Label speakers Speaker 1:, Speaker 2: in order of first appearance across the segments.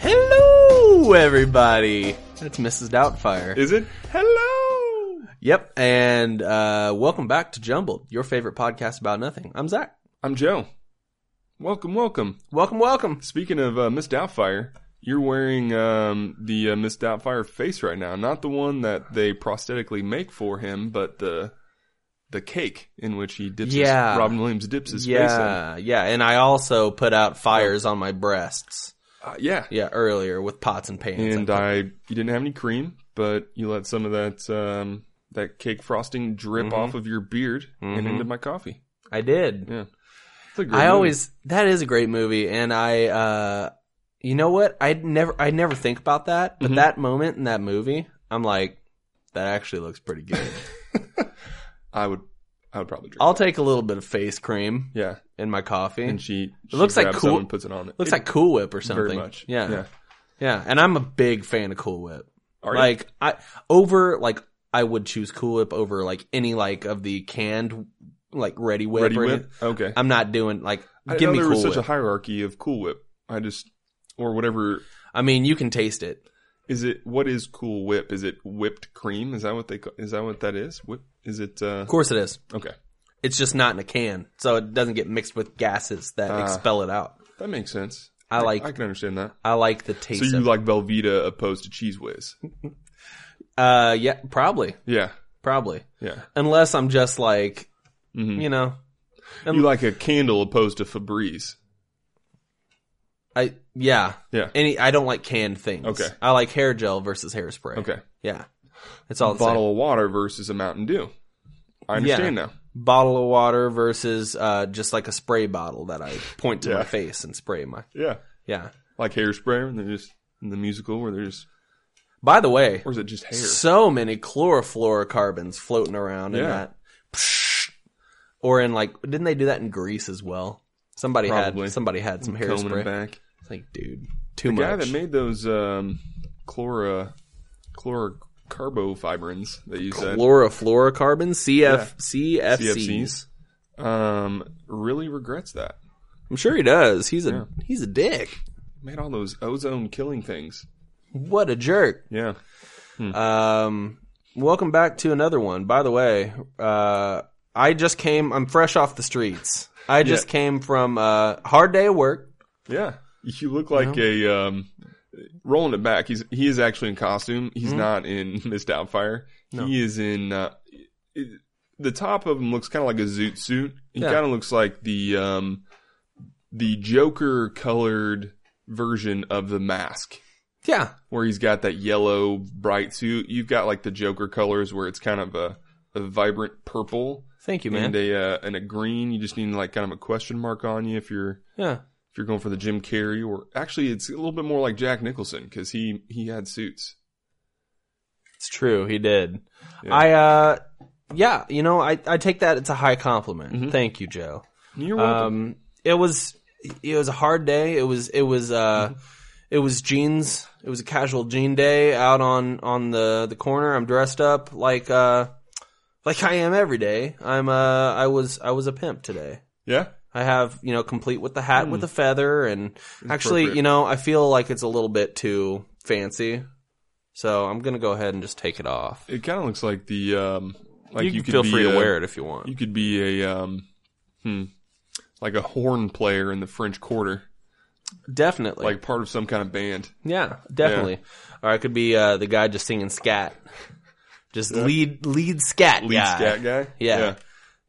Speaker 1: Hello, everybody. That's Mrs. Doubtfire.
Speaker 2: Is it? Hello!
Speaker 1: yep, and uh, welcome back to Jumbled, your favorite podcast about nothing. I'm Zach.
Speaker 2: I'm Joe. Welcome, welcome.
Speaker 1: Welcome, welcome.
Speaker 2: Speaking of uh, Miss Doubtfire, you're wearing um, the uh, Miss Doubtfire face right now. Not the one that they prosthetically make for him, but the the cake in which he dips.
Speaker 1: Yeah.
Speaker 2: His, Robin Williams dips his face
Speaker 1: Yeah, yeah, and I also put out fires on my breasts.
Speaker 2: in. Uh, yeah.
Speaker 1: Yeah, earlier with pots and pans.
Speaker 2: And I, you didn't have any cream, but you let some of that um, that cake frosting drip
Speaker 1: Mm-hmm.
Speaker 2: off of your beard and into my coffee.
Speaker 1: I did.
Speaker 2: Yeah. It's a great
Speaker 1: Mm-hmm. I
Speaker 2: movie.
Speaker 1: always that is a great movie, and I, uh, you know what? I never, I never think about that,
Speaker 2: Mm-hmm.
Speaker 1: but that moment in that movie, I'm like, that actually looks pretty good.
Speaker 2: I would I would probably drink.
Speaker 1: I'll take a little bit of face cream.
Speaker 2: yeah.
Speaker 1: in my coffee.
Speaker 2: And she, she
Speaker 1: looks like
Speaker 2: grabs
Speaker 1: cool-
Speaker 2: some and puts it on.
Speaker 1: Looks
Speaker 2: It-
Speaker 1: like Cool Whip or something.
Speaker 2: very much.
Speaker 1: Yeah.
Speaker 2: Yeah.
Speaker 1: yeah. And I'm a big fan of Cool Whip.
Speaker 2: Are you?
Speaker 1: like I over like I would choose Cool Whip over like any like of the canned like ready whip
Speaker 2: Ready
Speaker 1: or
Speaker 2: Whip?
Speaker 1: anything.
Speaker 2: Okay.
Speaker 1: I'm not doing like
Speaker 2: I
Speaker 1: give
Speaker 2: didn't
Speaker 1: me
Speaker 2: know there was
Speaker 1: Cool
Speaker 2: such
Speaker 1: Whip.
Speaker 2: a hierarchy of Cool Whip. I just or whatever
Speaker 1: I mean, you can taste it.
Speaker 2: is it? What is Cool Whip? Is it whipped cream? Is that what they? ca- Is that what that is? Whip? Is it? Uh,
Speaker 1: Of course it is.
Speaker 2: okay,
Speaker 1: It's just not in a can. So it doesn't get mixed with gases that
Speaker 2: Ah.
Speaker 1: expel it out.
Speaker 2: that makes sense.
Speaker 1: I like-
Speaker 2: I can understand that.
Speaker 1: I like the taste
Speaker 2: So you
Speaker 1: of
Speaker 2: like Velveeta opposed to Cheese Whiz?
Speaker 1: it. Uh yeah, probably.
Speaker 2: Yeah,
Speaker 1: Probably.
Speaker 2: yeah.
Speaker 1: Unless I'm just like
Speaker 2: Mhm.
Speaker 1: you know Um,
Speaker 2: You like a candle opposed to Febreze?
Speaker 1: I yeah.
Speaker 2: Yeah.
Speaker 1: Any, I don't like canned things.
Speaker 2: Okay.
Speaker 1: I like hair gel versus hairspray.
Speaker 2: Okay.
Speaker 1: Yeah. It's all the same.
Speaker 2: Bottle of water versus a Mountain Dew. I understand now.
Speaker 1: Bottle of water versus uh, just like a spray bottle that I point to
Speaker 2: Yeah.
Speaker 1: my face and spray my.
Speaker 2: Yeah,
Speaker 1: Yeah.
Speaker 2: like hairspray, and they're just in the musical where they're just,
Speaker 1: By the way,
Speaker 2: or is it just hair?
Speaker 1: so many chlorofluorocarbons floating around in
Speaker 2: Yeah.
Speaker 1: that. Psh. Or in like, didn't they do that in Greece as well? Somebody
Speaker 2: Probably.
Speaker 1: had somebody had some
Speaker 2: Combing it
Speaker 1: hairspray.
Speaker 2: back.
Speaker 1: It's like, dude, too
Speaker 2: The
Speaker 1: much.
Speaker 2: guy that made those um, chlora chlorocarbofibrins that you said
Speaker 1: Chlorofluorocarbons, CF, CFCs.
Speaker 2: CFCs um, really regrets that.
Speaker 1: I'm sure he does. He's a he's a dick.
Speaker 2: Made all those ozone killing things.
Speaker 1: What a jerk.
Speaker 2: Yeah,
Speaker 1: Um, welcome back to another one. By the way, uh, I just came. I'm fresh off the streets. I just came from uh, hard day of work.
Speaker 2: yeah. You look like a um, rolling it back. He's he is actually in costume. He's
Speaker 1: Mm-hmm.
Speaker 2: not in Miss Doubtfire. He is in. Uh, it, the top of him looks kind of like a zoot suit. He
Speaker 1: Yeah.
Speaker 2: kind of looks like the um, the Joker colored version of the mask.
Speaker 1: Yeah,
Speaker 2: where he's got that yellow bright suit. You've got like the Joker colors where it's kind of a, a vibrant purple
Speaker 1: thank you,
Speaker 2: and
Speaker 1: man.
Speaker 2: a uh, and a green. You just need like kind of a question mark on you if you're
Speaker 1: Yeah,
Speaker 2: if you're going for the Jim Carrey or actually it's a little bit more like Jack Nicholson because he he had suits.
Speaker 1: it's true. He did.
Speaker 2: Yeah.
Speaker 1: I uh, yeah. You know, I I take that. It's a high compliment. Thank you, Joe.
Speaker 2: You're welcome.
Speaker 1: Um, it was it was a hard day. It was it was uh, it was jeans. It was a casual jean day out on on the the corner. I'm dressed up like uh like I am every day. I'm uh I was I was a pimp today.
Speaker 2: yeah,
Speaker 1: I have you know complete with the hat with the feather and actually
Speaker 2: appropriate.
Speaker 1: you know I feel like it's a little bit too fancy. So I'm gonna go ahead and just take it off.
Speaker 2: it kind of looks like the um like
Speaker 1: you,
Speaker 2: you,
Speaker 1: can
Speaker 2: could
Speaker 1: feel
Speaker 2: be
Speaker 1: free
Speaker 2: a,
Speaker 1: to wear it if you want.
Speaker 2: You could be a um hmm like a horn player in the French Quarter,
Speaker 1: Definitely.
Speaker 2: like part of some kind of band.
Speaker 1: Yeah, definitely. Or I could be uh, the guy just singing scat, just lead lead scat
Speaker 2: Lead
Speaker 1: guy.
Speaker 2: scat guy.
Speaker 1: Yeah.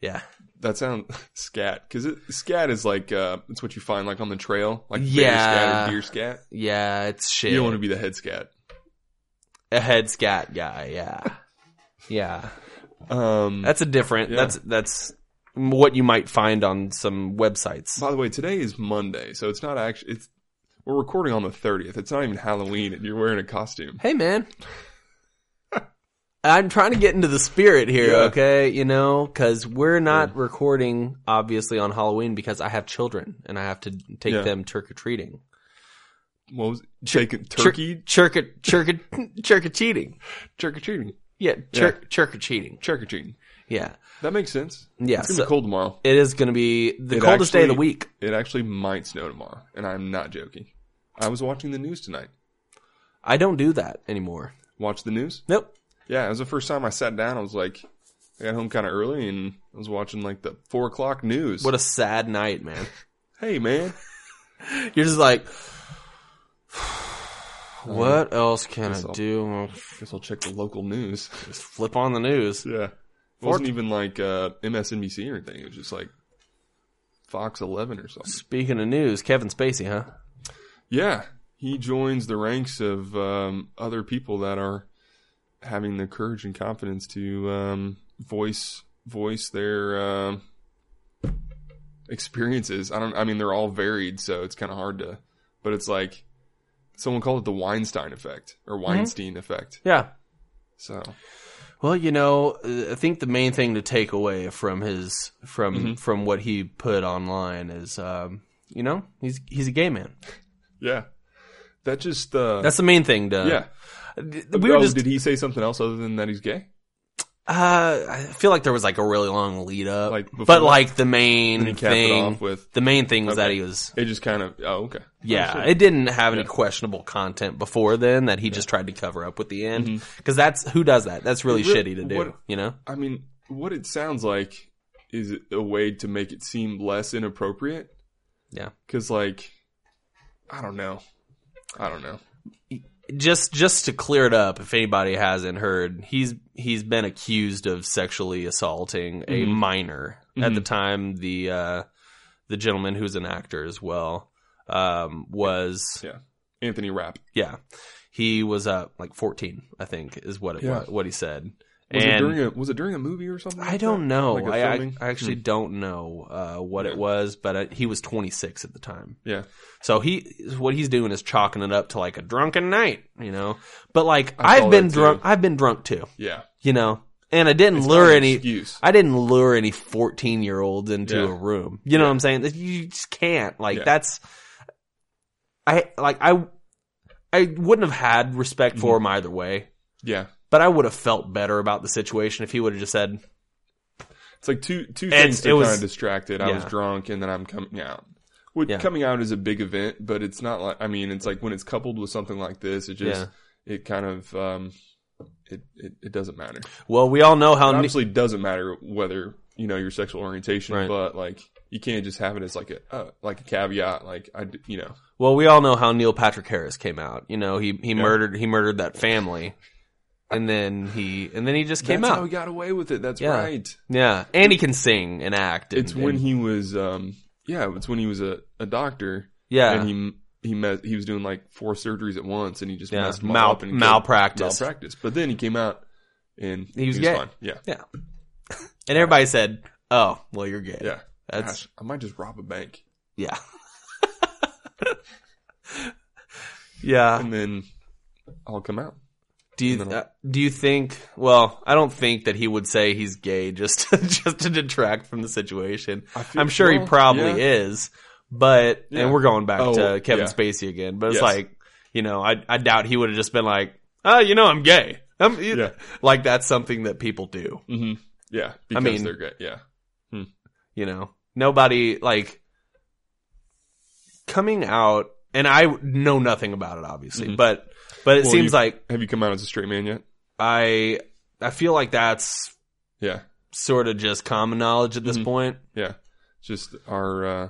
Speaker 1: Yeah,
Speaker 2: That sound scat because scat is like uh, it's what you find like on the trail, like bear
Speaker 1: Yeah.
Speaker 2: scat or deer scat.
Speaker 1: yeah, it's shit.
Speaker 2: You don't want to be the head scat.
Speaker 1: a head scat guy. Yeah, yeah.
Speaker 2: Um,
Speaker 1: That's a different.
Speaker 2: Yeah.
Speaker 1: That's that's what you might find on some websites.
Speaker 2: by the way, today is Monday, so it's not actually. It's we're recording on the thirtieth. It's not even Halloween, and you're wearing a costume.
Speaker 1: Hey, man. I'm trying to get into the spirit here,
Speaker 2: Yeah.
Speaker 1: okay? You know, because we're not recording obviously on Halloween because I have children and I have to take
Speaker 2: Yeah.
Speaker 1: them trick or treating.
Speaker 2: What was it? Chicken, turkey,
Speaker 1: Chirk chirk chirk cheating.
Speaker 2: trick or treating,
Speaker 1: Yeah, chirk chirk cheating.
Speaker 2: trick or treating.
Speaker 1: Yeah,
Speaker 2: That makes sense.
Speaker 1: yeah.
Speaker 2: It's gonna
Speaker 1: so
Speaker 2: be cold tomorrow.
Speaker 1: It is going to be the
Speaker 2: It
Speaker 1: coldest day of the
Speaker 2: actually-
Speaker 1: week.
Speaker 2: It actually might snow tomorrow, and I'm not joking. I was watching the news tonight.
Speaker 1: I don't do that anymore.
Speaker 2: Watch the news.
Speaker 1: Nope.
Speaker 2: Yeah, it was the first time I sat down. I was like, I got home kind of early, and I was watching like the four o'clock news.
Speaker 1: What a sad night, man.
Speaker 2: hey man,
Speaker 1: You're just like,
Speaker 2: Uh,
Speaker 1: what else can I
Speaker 2: guess I'll-
Speaker 1: do?
Speaker 2: guess I'll check the local news.
Speaker 1: Just flip on the news.
Speaker 2: Yeah. It wasn't even like uh, MSNBC or anything. It was just like Fox 11 or something.
Speaker 1: Speaking of news, Kevin Spacey, huh?
Speaker 2: Yeah. He joins the ranks of um, other people that are having the courage and confidence to um, voice voice their um, experiences. I don't. I mean, they're all varied, so it's kind of hard to. But it's like someone called it the Weinstein effect or
Speaker 1: Mm-hmm.
Speaker 2: Weinstein effect.
Speaker 1: Yeah.
Speaker 2: So
Speaker 1: Well, you know, uh, I think the main thing to take away from his from
Speaker 2: Mm-hmm.
Speaker 1: from what he put online is, um, you know, he's he's a gay man.
Speaker 2: yeah, that just uh,
Speaker 1: That's the main thing. To
Speaker 2: yeah.
Speaker 1: we were
Speaker 2: oh,
Speaker 1: just.
Speaker 2: did he say something else other than that he's gay?
Speaker 1: Uh, I feel like there was like a really long lead up,
Speaker 2: Like, before-
Speaker 1: but like the main
Speaker 2: And he capped it
Speaker 1: thing,
Speaker 2: off with
Speaker 1: the main thing was that
Speaker 2: Okay.
Speaker 1: he was
Speaker 2: it just kind of oh okay
Speaker 1: Yeah,
Speaker 2: Understood.
Speaker 1: it didn't have any questionable content before then that he just tried to cover up with the end. Because that's who does that. That's really
Speaker 2: Mm-hmm. It really-
Speaker 1: shitty to do.
Speaker 2: what-
Speaker 1: you know?
Speaker 2: I mean what it sounds like is a way to make it seem less inappropriate
Speaker 1: Yeah.
Speaker 2: because like I don't know I don't know
Speaker 1: Just just to clear it up, if anybody hasn't heard, he's he's been accused of sexually assaulting a
Speaker 2: Mhm.
Speaker 1: minor at the time. The uh, the gentleman who's an actor as well um, was
Speaker 2: Yeah. Anthony Rapp
Speaker 1: yeah he was uh, like fourteen, I think, is what it,
Speaker 2: Yeah.
Speaker 1: what, what he said.
Speaker 2: was
Speaker 1: and
Speaker 2: it during a was it during a movie or something
Speaker 1: I
Speaker 2: like that?
Speaker 1: don't know.
Speaker 2: Like a
Speaker 1: I, I,
Speaker 2: filming? Hmm.
Speaker 1: I actually don't know uh, what it
Speaker 2: Yeah.
Speaker 1: was, but I, he was 26 at the time.
Speaker 2: yeah
Speaker 1: So he, what he's doing is chalking it up to like a drunken night, you know. But like
Speaker 2: I saw
Speaker 1: I've been
Speaker 2: that too.
Speaker 1: drunk, I've been drunk too,
Speaker 2: yeah
Speaker 1: you know. And I didn't lure
Speaker 2: Not an
Speaker 1: any,
Speaker 2: excuse
Speaker 1: I didn't lure any 14 year olds into
Speaker 2: Yeah.
Speaker 1: a room. You know what I'm saying? That You just can't. Like
Speaker 2: Yeah.
Speaker 1: that's, I like I, I wouldn't have had respect for
Speaker 2: Mm-hmm.
Speaker 1: him either way.
Speaker 2: yeah
Speaker 1: But I would have felt better about the situation if he would have just said,
Speaker 2: it's like two two
Speaker 1: It's-
Speaker 2: things
Speaker 1: it
Speaker 2: to
Speaker 1: was-
Speaker 2: kind of distracted I was
Speaker 1: Yeah.
Speaker 2: drunk and then I'm coming out Which
Speaker 1: Yeah.
Speaker 2: coming out is a big event but it's not like I mean it's like when it's coupled with something like this it just
Speaker 1: Yeah.
Speaker 2: it kind of um it, it, it doesn't matter.
Speaker 1: "Well, we all know how
Speaker 2: It
Speaker 1: ne-
Speaker 2: obviously doesn't matter whether you know your sexual orientation,
Speaker 1: Right.
Speaker 2: but like you can't just have it as like a uh, like a caveat. Like I, d- you know,
Speaker 1: Well, we all know how Neil Patrick Harris came out. You know, he he murdered he murdered that family, and then he and then he just came
Speaker 2: that's
Speaker 1: out.
Speaker 2: how he got away with it. That's
Speaker 1: Yeah.
Speaker 2: right.
Speaker 1: yeah, and he can sing and act. And,
Speaker 2: It's when
Speaker 1: and-
Speaker 2: he was, um, yeah, it's when he was a, a doctor
Speaker 1: yeah
Speaker 2: and he he mes- he was doing like four surgeries at once, and he just
Speaker 1: yeah
Speaker 2: messed them all
Speaker 1: mal-
Speaker 2: up and killed-
Speaker 1: malpractice.
Speaker 2: malpractice. But then he came out and he
Speaker 1: was
Speaker 2: was,
Speaker 1: gay.
Speaker 2: fine. Yeah,
Speaker 1: and everybody said, "Oh, well, you're gay."
Speaker 2: yeah.
Speaker 1: that's
Speaker 2: Gosh, I might just rob a bank,
Speaker 1: yeah, yeah. Ah.
Speaker 2: and then I'll come out.
Speaker 1: Do you
Speaker 2: and then I'll-
Speaker 1: uh, do you think? Well, I don't think that he would say he's gay just to, just to detract from the situation.
Speaker 2: I feel-
Speaker 1: I'm sure he
Speaker 2: well,
Speaker 1: probably
Speaker 2: yeah.
Speaker 1: is, but
Speaker 2: Yeah.
Speaker 1: and we're going back
Speaker 2: Oh,
Speaker 1: to Kevin
Speaker 2: yeah.
Speaker 1: Spacey again. But it's
Speaker 2: Yes.
Speaker 1: like you know, I I doubt he would have just been like, oh, you know, I'm gay. I'm you-"
Speaker 2: Yeah.
Speaker 1: like that's something that people do.
Speaker 2: hmm Yeah, because
Speaker 1: mean-
Speaker 2: they're gay. Yeah,
Speaker 1: You know, nobody like coming out, and I know nothing about it obviously,
Speaker 2: Mhm.
Speaker 1: but but it
Speaker 2: Well,
Speaker 1: seems
Speaker 2: you-
Speaker 1: like
Speaker 2: have you come out as a straight man yet?
Speaker 1: I I feel like that's
Speaker 2: Yeah,
Speaker 1: sort of just common knowledge at this
Speaker 2: Mhm.
Speaker 1: point.
Speaker 2: yeah. Just our uh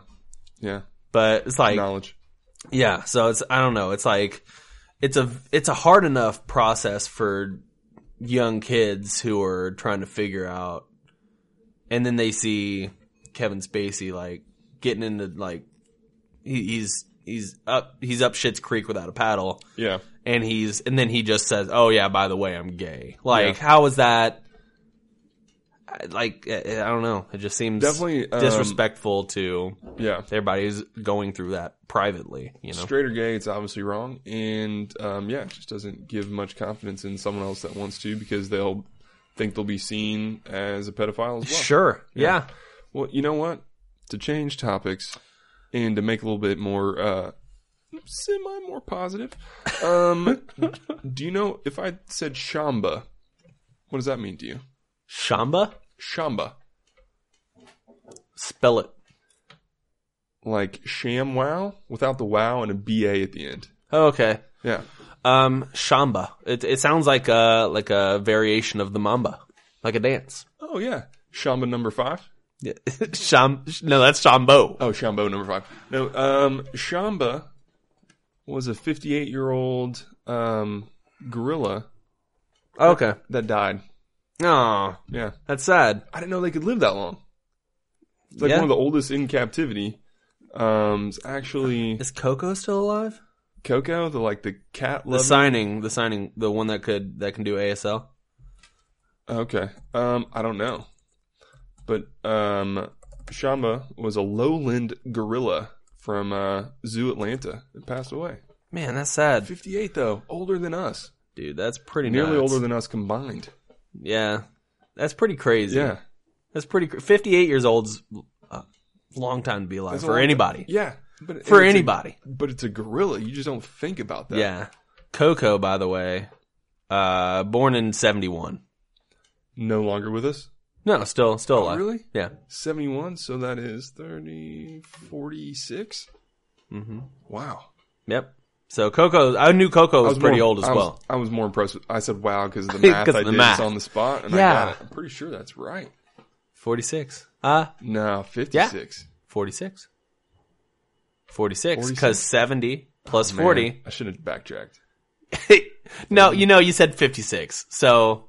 Speaker 2: yeah
Speaker 1: But it's like
Speaker 2: knowledge.
Speaker 1: Yeah, so it's I don't know. It's like it's a it's a hard enough process for young kids who are trying to figure out, and then they see Kevin Spacey like getting into like he, he's he's up he's up shit's creek without a paddle
Speaker 2: Yeah.
Speaker 1: and he's and then he just says, "Oh yeah, by the way, I'm gay." Like how is that I- like I I don't know. It just seems
Speaker 2: Definitely, um,
Speaker 1: disrespectful to
Speaker 2: Yeah.
Speaker 1: everybody who's going through that privately, you know.
Speaker 2: Straight or gay, it's obviously wrong. And um, yeah, it just doesn't give much confidence in someone else that wants to because they'll think they'll be seen as a pedophile as well.
Speaker 1: Sure. Yeah.
Speaker 2: Yeah. Well, you know what? To change topics and to make it a little bit more uh, semi more positive, um, do you know if I said Shamba, what does that mean to you?
Speaker 1: Shamba?
Speaker 2: Shamba,
Speaker 1: Spell it.
Speaker 2: like sham wow without the wow and a ba at the end.
Speaker 1: Oh, Okay.
Speaker 2: Yeah.
Speaker 1: Um Shamba. It it sounds like a like a variation of the Mamba, like a dance.
Speaker 2: Oh yeah, Shamba number five.
Speaker 1: Yeah. Sham No, that's Shambo.
Speaker 2: Oh, Shambo number five. No, um, Shamba was a 58 year old um, gorilla
Speaker 1: Okay.
Speaker 2: that died.
Speaker 1: Oh,
Speaker 2: Yeah.
Speaker 1: that's sad.
Speaker 2: I didn't know they could live that long. It's like
Speaker 1: Yeah.
Speaker 2: one of the oldest in captivity. Um, it's actually
Speaker 1: Is Coco still alive?
Speaker 2: Coco, the like the cat
Speaker 1: The
Speaker 2: lover.
Speaker 1: signing, the signing, the one that could that can do ASL.
Speaker 2: okay. Um, I don't know, but um, Shamba was a lowland gorilla from uh, Zoo Atlanta. It passed away.
Speaker 1: Man, that's sad,
Speaker 2: 58 though, older than us.
Speaker 1: dude. That's pretty
Speaker 2: Nearly
Speaker 1: nuts.
Speaker 2: older than us combined.
Speaker 1: Yeah, that's pretty crazy.
Speaker 2: Yeah.
Speaker 1: that's pretty. Cr- Fifty-eight years old's a long time to be alive
Speaker 2: That's a
Speaker 1: for
Speaker 2: long-
Speaker 1: anybody.
Speaker 2: Yeah. But
Speaker 1: For
Speaker 2: it's a-
Speaker 1: anybody.
Speaker 2: but it's a gorilla. You just don't think about that.
Speaker 1: Yeah, Coco, by the way, uh, born in seventy-one.
Speaker 2: No longer with us.
Speaker 1: No, still still alive.
Speaker 2: Oh, really?
Speaker 1: Yeah.
Speaker 2: 71 so that is 30 46
Speaker 1: hmm
Speaker 2: wow
Speaker 1: Yep. So Coco, I knew Coco was,
Speaker 2: I
Speaker 1: pretty
Speaker 2: more-
Speaker 1: old as
Speaker 2: I was-
Speaker 1: well.
Speaker 2: i was more impressed with, i said wow because the math
Speaker 1: 'Cause
Speaker 2: i
Speaker 1: of the
Speaker 2: did
Speaker 1: math.
Speaker 2: is on the spot and i
Speaker 1: Yeah.
Speaker 2: got it i'm pretty sure that's right
Speaker 1: Forty-six. Ah,
Speaker 2: no 56
Speaker 1: 46. 46 because
Speaker 2: 46.
Speaker 1: 70 plus
Speaker 2: Man,
Speaker 1: 40
Speaker 2: i should have backtracked
Speaker 1: no, you know, you said 56. So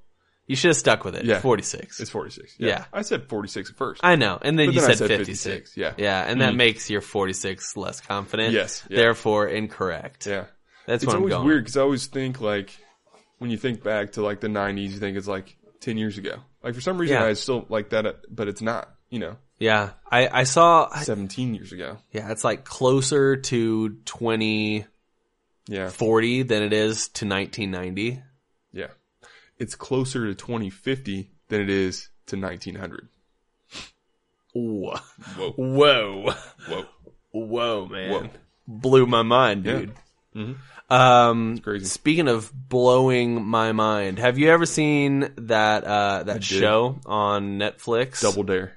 Speaker 1: you should have stuck with it.
Speaker 2: Yeah.
Speaker 1: 46.
Speaker 2: it's 46
Speaker 1: Yeah.
Speaker 2: i said 46 at first
Speaker 1: I know. And then
Speaker 2: But
Speaker 1: you
Speaker 2: then I
Speaker 1: said,
Speaker 2: said
Speaker 1: 56.
Speaker 2: 56, yeah. Hmm.
Speaker 1: Yeah. And that makes your 46 less confident.
Speaker 2: Yes, yeah.
Speaker 1: Therefore incorrect.
Speaker 2: yeah
Speaker 1: That's
Speaker 2: it's
Speaker 1: what I'm
Speaker 2: always
Speaker 1: going.
Speaker 2: weird because i always think like when you think back to like the 90s you think it's like 10 years ago like for some reason
Speaker 1: Yeah.
Speaker 2: i still like that uh, but it's not you know
Speaker 1: Yeah. I, I saw, I-
Speaker 2: 17 years ago
Speaker 1: yeah, it's like closer to 2040
Speaker 2: yeah
Speaker 1: than it is to 1990.
Speaker 2: Yeah. It's closer to 2050 than it is to 1900.
Speaker 1: Ooh.
Speaker 2: Whoa.
Speaker 1: Whoa.
Speaker 2: Whoa.
Speaker 1: Whoa, man.
Speaker 2: Whoa.
Speaker 1: Blew my mind,
Speaker 2: Yeah.
Speaker 1: dude. Um,
Speaker 2: crazy.
Speaker 1: Speaking of blowing my mind, have you ever seen that uh, that show on Netflix?
Speaker 2: Double dare.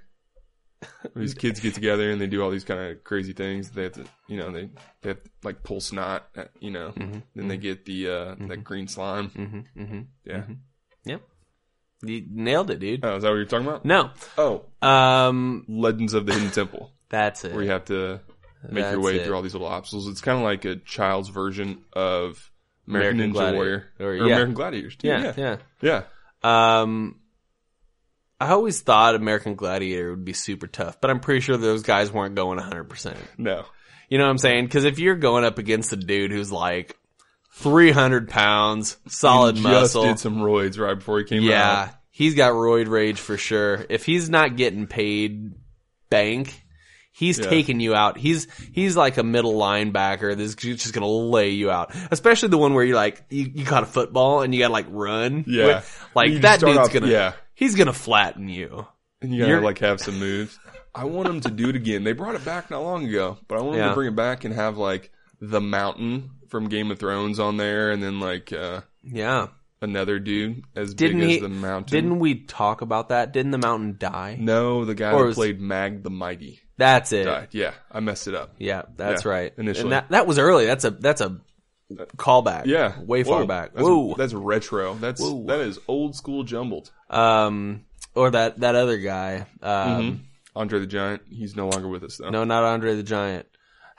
Speaker 2: These kids get together and they do all these kind of crazy things. They have to, you know, they, they have to, like pull snot, uh, you know,
Speaker 1: Mm-hmm.
Speaker 2: then they get the, uh, that green slime.
Speaker 1: hmm hmm
Speaker 2: Yeah.
Speaker 1: Yep, you nailed it, dude.
Speaker 2: Oh, is that what you're talking about?
Speaker 1: no,
Speaker 2: Oh,
Speaker 1: um,
Speaker 2: Legends of the Hidden Temple,
Speaker 1: that's it.
Speaker 2: where you have to make your
Speaker 1: That's
Speaker 2: way
Speaker 1: it.
Speaker 2: through all these little obstacles. It's kind of like a child's version of American,
Speaker 1: American
Speaker 2: Ninja
Speaker 1: Gladiator.
Speaker 2: Warrior
Speaker 1: Or-
Speaker 2: or,
Speaker 1: yeah.
Speaker 2: American Gladiators. too.
Speaker 1: yeah, yeah,
Speaker 2: Yeah.
Speaker 1: Um, I always thought American Gladiator would be super tough, but I'm pretty sure those guys weren't going 100. percent
Speaker 2: No.
Speaker 1: You know what I'm saying? Because if you're going up against a dude who's like 300 pounds, solid
Speaker 2: just
Speaker 1: muscle,
Speaker 2: did some roids right before he came
Speaker 1: yeah,
Speaker 2: out.
Speaker 1: he's got roid rage for sure. If he's not getting paid bank, he's
Speaker 2: Yeah.
Speaker 1: taking you out. He's he's like a middle linebacker that's just gonna lay you out. Especially the one where you're like you, you caught a football and you gotta like run.
Speaker 2: Yeah.
Speaker 1: like
Speaker 2: You just
Speaker 1: that
Speaker 2: start
Speaker 1: dude's
Speaker 2: off-
Speaker 1: gonna
Speaker 2: yeah.
Speaker 1: he's gonna flatten you.
Speaker 2: And you gotta
Speaker 1: You're-
Speaker 2: like have some moves. I want him to do it again. They brought it back not long ago, but I want him
Speaker 1: Yeah.
Speaker 2: to bring it back and have like the mountain from Game of Thrones on there, and then like uh,
Speaker 1: Yeah.
Speaker 2: another dude as
Speaker 1: Didn't
Speaker 2: big
Speaker 1: he-
Speaker 2: as the mountain.
Speaker 1: Didn't we talk about that? Didn't the mountain die?
Speaker 2: no, the guy
Speaker 1: Or
Speaker 2: that
Speaker 1: was-
Speaker 2: played Mag the Mighty
Speaker 1: That's it.
Speaker 2: died. Yeah, I messed it up.
Speaker 1: Yeah, that's
Speaker 2: Yeah,
Speaker 1: right.
Speaker 2: initially.
Speaker 1: and that, that was early. That's a that's a callback.
Speaker 2: Yeah,
Speaker 1: way far
Speaker 2: Whoa.
Speaker 1: back.
Speaker 2: That's,
Speaker 1: Whoa.
Speaker 2: that's retro. That's
Speaker 1: Whoa.
Speaker 2: that is old school jumbled.
Speaker 1: um, or that that other guy. Um,
Speaker 2: Mm-hmm. Andre the Giant. He's no longer with us though.
Speaker 1: no, not Andre the Giant.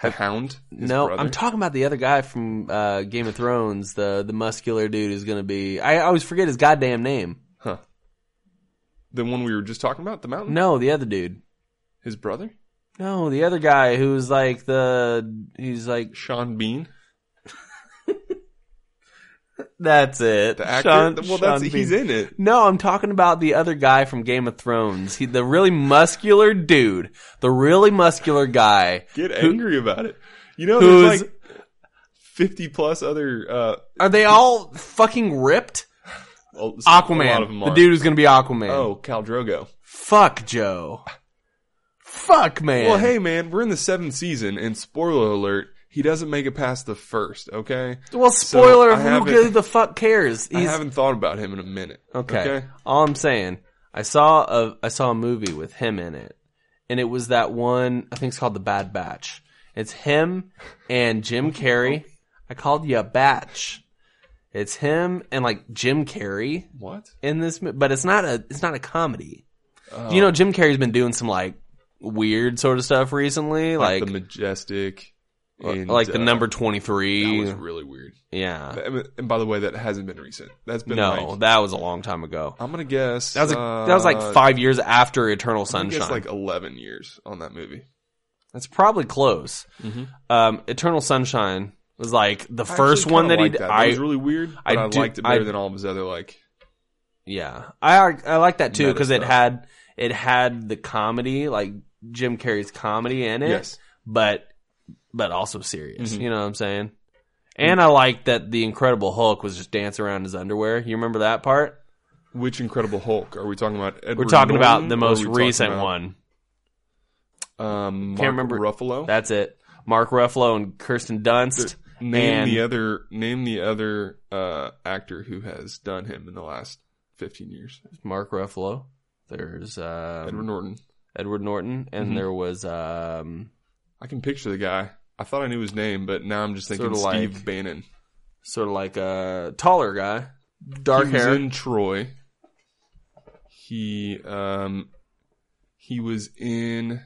Speaker 2: the Hound. Mm-hmm. his
Speaker 1: no,
Speaker 2: brother.
Speaker 1: I'm talking about the other guy from uh, Game of Thrones. The the muscular dude is gonna be. I always forget his goddamn name.
Speaker 2: the one we were just talking about. The mountain.
Speaker 1: No, the other dude.
Speaker 2: His brother.
Speaker 1: No, the other guy who's like the he's like
Speaker 2: Sean Bean,
Speaker 1: that's it.
Speaker 2: the actor.
Speaker 1: Sean-
Speaker 2: well,
Speaker 1: Sean
Speaker 2: that's he's
Speaker 1: Bean.
Speaker 2: in it.
Speaker 1: No, I'm talking about the other guy from Game of Thrones. He the really muscular dude, the really muscular guy.
Speaker 2: Get angry about it. You know,
Speaker 1: Who's-
Speaker 2: there's like fifty plus other. Uh,
Speaker 1: Are they all fucking ripped?
Speaker 2: well,
Speaker 1: Aquaman.
Speaker 2: A lot of them
Speaker 1: the
Speaker 2: are.
Speaker 1: dude who's gonna be Aquaman.
Speaker 2: Oh, Cal Drogo.
Speaker 1: fuck Joe. Fuck man.
Speaker 2: Well, hey man, we're in the seventh season, and spoiler alert, he doesn't make it past the first. Okay,
Speaker 1: Well, spoiler.
Speaker 2: I
Speaker 1: who
Speaker 2: haven't-
Speaker 1: gives the fuck cares?
Speaker 2: I
Speaker 1: He's
Speaker 2: haven't thought about him in a minute.
Speaker 1: okay. All I'm saying, I saw a I saw a movie with him in it, and it was that one. I think it's called The Bad Batch. It's him and Jim Carrey. I called you a batch. It's him and like Jim Carrey
Speaker 2: What?
Speaker 1: in this, mo- but it's not a it's not a comedy.
Speaker 2: Oh,
Speaker 1: You know, Jim Carrey's been doing some like weird sort of stuff recently, like
Speaker 2: the majestic, and,
Speaker 1: like the
Speaker 2: uh,
Speaker 1: number
Speaker 2: That
Speaker 1: 23
Speaker 2: was really weird.
Speaker 1: yeah
Speaker 2: I mean, And by the way, that hasn't been recent. That's been
Speaker 1: no
Speaker 2: like,
Speaker 1: that was a long time ago
Speaker 2: I'm gonna guess
Speaker 1: that was, a,
Speaker 2: uh,
Speaker 1: that was like five years after eternal
Speaker 2: I'm gonna guess
Speaker 1: sunshine
Speaker 2: like 11 years on that movie.
Speaker 1: that's probably close
Speaker 2: Mhm.
Speaker 1: um, eternal sunshine was like the
Speaker 2: I
Speaker 1: first
Speaker 2: actually
Speaker 1: one
Speaker 2: kinda
Speaker 1: that he
Speaker 2: liked
Speaker 1: did
Speaker 2: that. That
Speaker 1: i
Speaker 2: was really weird. But
Speaker 1: I
Speaker 2: I,
Speaker 1: do-
Speaker 2: liked it
Speaker 1: I-
Speaker 2: better than all of his other like.
Speaker 1: yeah i i like that too
Speaker 2: Meta
Speaker 1: because it
Speaker 2: stuff.
Speaker 1: had it had the comedy like jim carrey's comedy in it
Speaker 2: Yes,
Speaker 1: but but also serious
Speaker 2: Mhm.
Speaker 1: you know what i'm saying and I like that the Incredible Hulk was just dancing around in his underwear. You remember that part?
Speaker 2: which Incredible Hulk are we talking about? Edward
Speaker 1: We're talking about
Speaker 2: Norton,
Speaker 1: the
Speaker 2: or
Speaker 1: most
Speaker 2: are we talking
Speaker 1: recent
Speaker 2: about,
Speaker 1: one.
Speaker 2: Um, Mark
Speaker 1: Can't remember-
Speaker 2: Ruffalo.
Speaker 1: That's it. Mark Ruffalo and Kirsten Dunst.
Speaker 2: name
Speaker 1: and-
Speaker 2: the other. Name the other uh, actor who has done him in the last 15 years.
Speaker 1: Mark Ruffalo. There's um,
Speaker 2: Edward
Speaker 1: Edward,
Speaker 2: Norton.
Speaker 1: Norton, and
Speaker 2: Mhm.
Speaker 1: there was um,
Speaker 2: I can picture the guy. I thought I knew his name, but now I'm just thinking
Speaker 1: Sorta
Speaker 2: Steve
Speaker 1: like-
Speaker 2: Bannon.
Speaker 1: sort of like a taller guy, dark
Speaker 2: he
Speaker 1: hair.
Speaker 2: was in Troy. He um he was in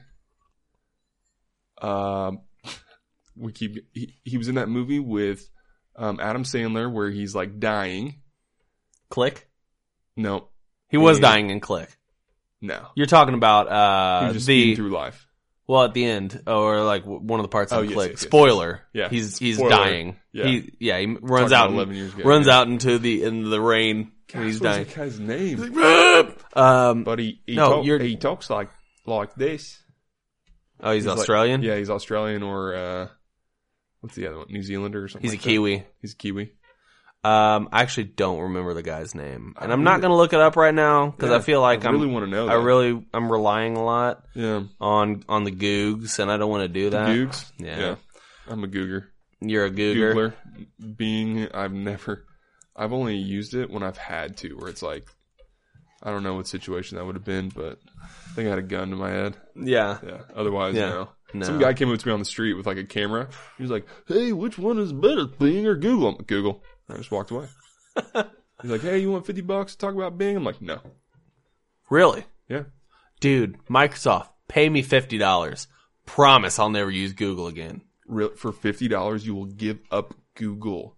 Speaker 2: um we keep he, he was in that movie with um Adam Sandler where he's like dying.
Speaker 1: Click.
Speaker 2: No,
Speaker 1: He was
Speaker 2: Yeah.
Speaker 1: dying in Click.
Speaker 2: no.
Speaker 1: You're talking about
Speaker 2: He was
Speaker 1: uh,
Speaker 2: just speeding
Speaker 1: the
Speaker 2: through life.
Speaker 1: well at the end, or like w- one of the parts
Speaker 2: Oh,
Speaker 1: of
Speaker 2: yes,
Speaker 1: Click.
Speaker 2: yes, yes.
Speaker 1: Spoiler.
Speaker 2: Yeah,
Speaker 1: He's he's
Speaker 2: spoiler.
Speaker 1: dying.
Speaker 2: Yeah.
Speaker 1: He yeah he runs
Speaker 2: Talking
Speaker 1: out
Speaker 2: about
Speaker 1: and,
Speaker 2: eleven years ago.
Speaker 1: runs
Speaker 2: yeah.
Speaker 1: out into the in the rain. and he's
Speaker 2: What was
Speaker 1: dying.
Speaker 2: that guy's name.
Speaker 1: Um.
Speaker 2: But he he,
Speaker 1: No,
Speaker 2: talk-
Speaker 1: you're-
Speaker 2: he talks like like this.
Speaker 1: Oh, he's,
Speaker 2: He's like-
Speaker 1: Australian.
Speaker 2: Yeah, he's Australian or uh what's the other one? New Zealander or something.
Speaker 1: He's a
Speaker 2: like that.
Speaker 1: Kiwi.
Speaker 2: He's a Kiwi.
Speaker 1: Um, I actually don't remember the guy's name,
Speaker 2: I
Speaker 1: and I'm not
Speaker 2: really-
Speaker 1: gonna look it up right now because
Speaker 2: Yeah,
Speaker 1: I feel like
Speaker 2: I
Speaker 1: I am
Speaker 2: really want to know.
Speaker 1: I
Speaker 2: that.
Speaker 1: really, I'm relying a lot
Speaker 2: yeah.
Speaker 1: on on the Googs, and I don't want to do that.
Speaker 2: Googs?
Speaker 1: Yeah.
Speaker 2: I'm a Googer.
Speaker 1: You're a Googer.
Speaker 2: Googler. Being, I've never, I've only used it when I've had to, where it's like, I don't know what situation that would have been, but I think I had a gun to my head.
Speaker 1: Yeah.
Speaker 2: Yeah. Otherwise,
Speaker 1: Yeah.
Speaker 2: no.
Speaker 1: No.
Speaker 2: Some guy came up to me on the street with like a camera. He was like, hey, which one is better, Bing or Google? I'm like, Google. I just walked away. He's like, hey, you want 50 bucks to talk about Bing? I'm like, no.
Speaker 1: Really,
Speaker 2: Yeah.
Speaker 1: dude. Microsoft, pay me fifty dollars. Promise, I'll never use Google again.
Speaker 2: Real, for $50, you will give up Google.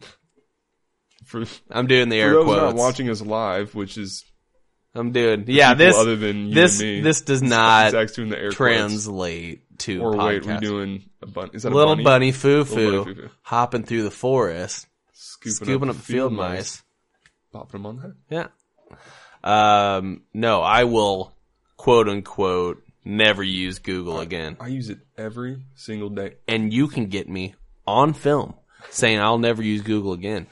Speaker 2: For
Speaker 1: I'm doing the
Speaker 2: For
Speaker 1: air
Speaker 2: those not
Speaker 1: quotes.
Speaker 2: watching us live, which is
Speaker 1: I'm doing. Yeah.
Speaker 2: people
Speaker 1: This.
Speaker 2: other than you
Speaker 1: this.
Speaker 2: and me,
Speaker 1: This does
Speaker 2: it's
Speaker 1: not
Speaker 2: Zach's doing the air quotes.
Speaker 1: translate to
Speaker 2: Or wait,
Speaker 1: podcast.
Speaker 2: we doing a bunny? Is that
Speaker 1: Little
Speaker 2: a bunny?
Speaker 1: bunny foo
Speaker 2: Little bunny
Speaker 1: foo
Speaker 2: foo-foo.
Speaker 1: hopping through the forest,
Speaker 2: scooping,
Speaker 1: scooping up, field mice.
Speaker 2: popping them on that.
Speaker 1: Yeah. Um, no, I will quote unquote never use Google again.
Speaker 2: I use it every single day.
Speaker 1: And you can get me on film saying I'll never use Google again.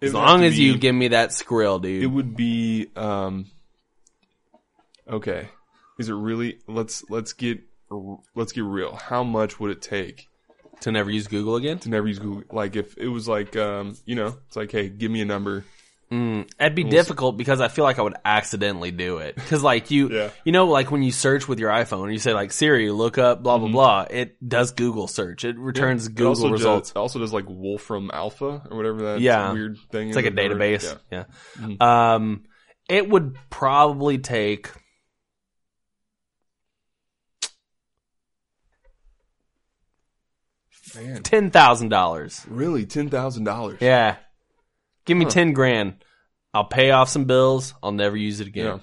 Speaker 2: It
Speaker 1: As
Speaker 2: would have
Speaker 1: long
Speaker 2: to
Speaker 1: as
Speaker 2: be-
Speaker 1: you give me that skrill,
Speaker 2: it
Speaker 1: dude.
Speaker 2: would be um, okay. Is it really? Let's let's get let's get real. How much would it take
Speaker 1: To never use Google again?
Speaker 2: to never use Google? Like if it was like um, you know, it's like hey, give me a number.
Speaker 1: That'd mm, be difficult because I feel like I would accidentally do it. Cause like you,
Speaker 2: Yeah.
Speaker 1: you know, like when you search with your iPhone and you say like Siri, look up blah, blah, blah, it does Google search. It returns
Speaker 2: Mm-hmm. It
Speaker 1: Google
Speaker 2: also
Speaker 1: results.
Speaker 2: Does, it also does like Wolfram Alpha or whatever that
Speaker 1: Yeah.
Speaker 2: weird thing is.
Speaker 1: It's like a
Speaker 2: I've never-
Speaker 1: database.
Speaker 2: yeah. Mm-hmm.
Speaker 1: Yeah. Um, it would probably take
Speaker 2: Man,
Speaker 1: ten thousand dollars.
Speaker 2: really, ten thousand dollars.
Speaker 1: Yeah. Give me ten grand. I'll pay off some bills. I'll never use it again.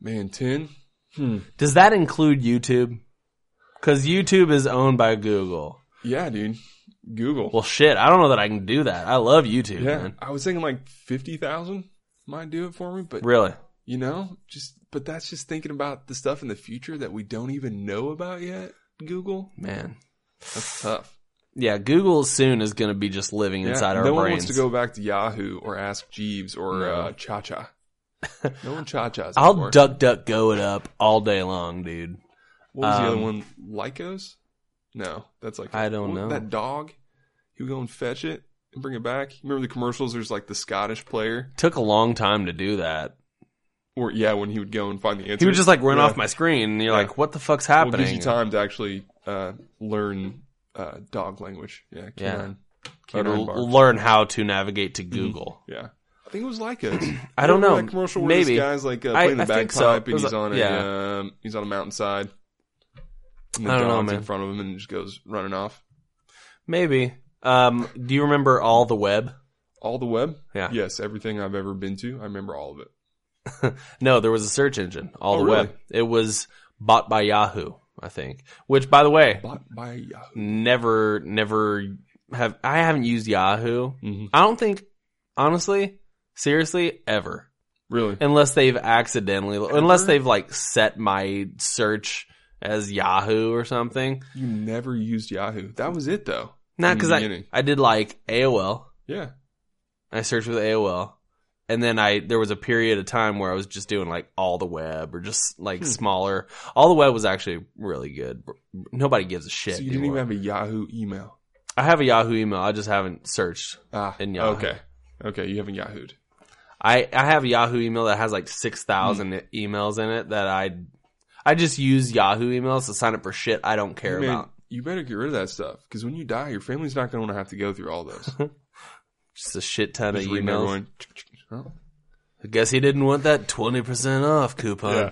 Speaker 2: Man, ten. Hmm.
Speaker 1: Does that include YouTube? Because YouTube is owned by Google.
Speaker 2: Yeah, dude. Google.
Speaker 1: Well, shit. I don't know that I can do that. I love YouTube,
Speaker 2: yeah,
Speaker 1: man.
Speaker 2: I was thinking like fifty thousand might do it for me, but
Speaker 1: Really.
Speaker 2: you know, just but that's just thinking about the stuff in the future that we don't even know about yet. Google,
Speaker 1: Man.
Speaker 2: that's tough.
Speaker 1: Yeah, Google soon is going to be just living
Speaker 2: Yeah,
Speaker 1: inside our
Speaker 2: no one
Speaker 1: brains.
Speaker 2: wants to go back to Yahoo or Ask Jeeves or
Speaker 1: No.
Speaker 2: uh, Cha Cha. No one Cha Cha's.
Speaker 1: I'll duck duck go it up all day long, dude.
Speaker 2: What was the
Speaker 1: um,
Speaker 2: other one? Lycos? No, that's like
Speaker 1: I don't
Speaker 2: what-
Speaker 1: know.
Speaker 2: That dog, he would go and fetch it and bring it back. Remember the commercials? There's like the Scottish player,
Speaker 1: Took a long time to do that.
Speaker 2: or yeah, when he would go and find the answer.
Speaker 1: He would just like run
Speaker 2: Yeah.
Speaker 1: off my screen, and you're
Speaker 2: Yeah.
Speaker 1: like, "What the fuck's
Speaker 2: Well, it
Speaker 1: happening?"
Speaker 2: gives you time to actually uh, learn uh, dog language. Yeah, canine.
Speaker 1: Or to
Speaker 2: canine barks.
Speaker 1: l- learn how to navigate to
Speaker 2: Mm-hmm.
Speaker 1: Google.
Speaker 2: Yeah. I think it was Lycos.
Speaker 1: I
Speaker 2: Remember
Speaker 1: don't know.
Speaker 2: That commercial where
Speaker 1: Maybe
Speaker 2: this guy's like uh,
Speaker 1: I-
Speaker 2: playing the
Speaker 1: I think
Speaker 2: bagpipe
Speaker 1: so. It
Speaker 2: and
Speaker 1: was
Speaker 2: he's
Speaker 1: a-
Speaker 2: on a
Speaker 1: yeah.
Speaker 2: um, he's on a mountainside. And the
Speaker 1: I don't know,
Speaker 2: dog's in
Speaker 1: man.
Speaker 2: front of him and he just goes running off.
Speaker 1: Maybe. Um, do you remember all the web?
Speaker 2: All the web?
Speaker 1: Yeah.
Speaker 2: Yes, everything I've ever been to, I remember all of it.
Speaker 1: No, there was a search engine. All
Speaker 2: Oh,
Speaker 1: the web. It was bought by Yahoo, I think. Which, by the way,
Speaker 2: Bought by Yahoo.
Speaker 1: never, never have. I haven't used Yahoo.
Speaker 2: Mm-hmm.
Speaker 1: I don't think, honestly, seriously, ever.
Speaker 2: Really?
Speaker 1: Unless they've accidentally, unless they've like set my search as Yahoo or something.
Speaker 2: You never used Yahoo. That was it though. In
Speaker 1: Not
Speaker 2: the
Speaker 1: because I
Speaker 2: beginning.
Speaker 1: I did like AOL.
Speaker 2: Yeah.
Speaker 1: I searched with AOL, and then I there was a period of time where I was just doing like all the web or just like
Speaker 2: Hmm.
Speaker 1: smaller. All the web was actually really good. Nobody gives a shit.
Speaker 2: so you didn't even
Speaker 1: anymore.
Speaker 2: have a Yahoo email.
Speaker 1: I have a Yahoo email. I just haven't searched.
Speaker 2: Ah.
Speaker 1: In Yahoo.
Speaker 2: Okay. Okay, you haven't Yahooed.
Speaker 1: I I have a Yahoo email that has like six thousand
Speaker 2: Hmm.
Speaker 1: emails in it that I I just use Yahoo emails to sign up for shit I don't care
Speaker 2: Man,
Speaker 1: about.
Speaker 2: You better get rid of that stuff because when you die, your family's not going to have to go through all those.
Speaker 1: Just a shit ton of
Speaker 2: Just reading
Speaker 1: emails.
Speaker 2: everyone, "Chick, chick, chick." Oh,
Speaker 1: I guess he didn't want that twenty percent off coupon.
Speaker 2: yeah.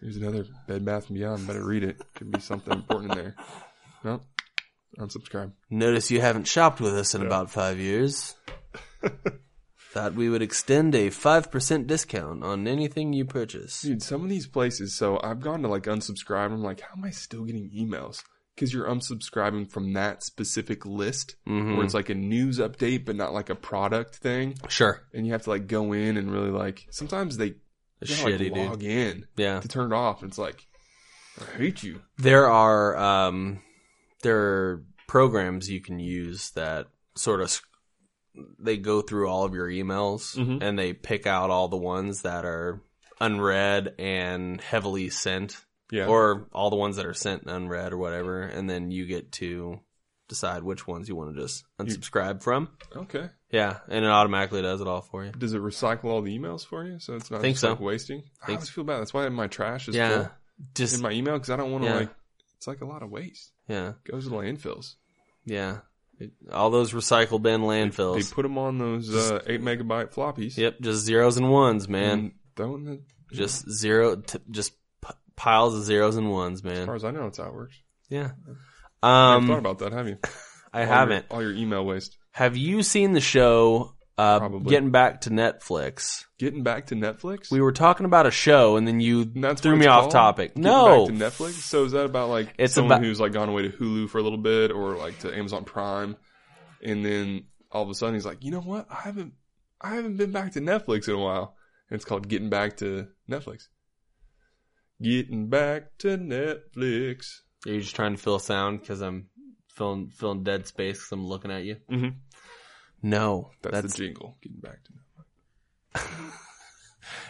Speaker 2: Here's another Bed Bath and Beyond. Better read it. Could be something important in there. No, unsubscribe.
Speaker 1: Notice you haven't shopped with us in about five years. Thought we would extend a 5% discount on anything you purchase.
Speaker 2: Dude, some of these places. So I've gone to like unsubscribe. And I'm like, how am I still getting emails? Because you're unsubscribing from that specific list
Speaker 1: Mm-hmm. Hmm.
Speaker 2: where it's like a news update, but not like a product thing.
Speaker 1: Sure.
Speaker 2: And you have to like go in and really like. Sometimes they you gotta, like,
Speaker 1: Shitty, dude.
Speaker 2: log in
Speaker 1: Yeah.
Speaker 2: to turn it off. And it's like, I hate you.
Speaker 1: There are, um, there are programs you can use that sort of, sc- they go through all of your emails
Speaker 2: Mhm.
Speaker 1: and they pick out all the ones that are unread and heavily sent.
Speaker 2: Yeah.
Speaker 1: or all the ones that are sent unread or whatever, and then you get to decide which ones you want to just unsubscribe from.
Speaker 2: okay.
Speaker 1: Yeah, and it automatically does it all for you.
Speaker 2: Does it recycle all the emails for you? So it's not
Speaker 1: Think
Speaker 2: just
Speaker 1: so.
Speaker 2: like wasting. I
Speaker 1: Think
Speaker 2: always feel bad. That's why my trash is
Speaker 1: yeah,
Speaker 2: full in
Speaker 1: just
Speaker 2: my email because I don't want to
Speaker 1: Yeah.
Speaker 2: like. It's like a lot of waste.
Speaker 1: yeah,
Speaker 2: It goes to landfills.
Speaker 1: yeah. It- all those recycle bin
Speaker 2: They
Speaker 1: landfills.
Speaker 2: put them on those uh, eight megabyte floppies.
Speaker 1: yep, just zeros and ones, man.
Speaker 2: And throw in the,
Speaker 1: Just zero, t- just p- piles of zeros and ones,
Speaker 2: as far
Speaker 1: man.
Speaker 2: as I know, that's how it works.
Speaker 1: Yeah.
Speaker 2: you thought
Speaker 1: Um,
Speaker 2: about that, have you?
Speaker 1: I
Speaker 2: All
Speaker 1: haven't.
Speaker 2: Your, all your email waste.
Speaker 1: Have you seen the show? Uh,
Speaker 2: Probably.
Speaker 1: getting back to Netflix.
Speaker 2: Getting back to Netflix.
Speaker 1: We were talking about a show, and then you
Speaker 2: And that's
Speaker 1: threw
Speaker 2: what
Speaker 1: me
Speaker 2: it's
Speaker 1: off
Speaker 2: called?
Speaker 1: topic.
Speaker 2: Getting
Speaker 1: no,
Speaker 2: Back to Netflix. So is that about like
Speaker 1: It's
Speaker 2: someone
Speaker 1: about-
Speaker 2: who's like gone away to Hulu for a little bit or like to Amazon Prime, and then all of a sudden he's like, you know what? I haven't, I haven't been back to Netflix in a while. And it's called Getting Back to Netflix. Getting back to Netflix.
Speaker 1: Are you just trying to fill sound because I'm filling filling dead space 'cause I'm looking at you?
Speaker 2: Mhm.
Speaker 1: No,
Speaker 2: That's,
Speaker 1: that's,
Speaker 2: the jingle. Getting back to Netflix.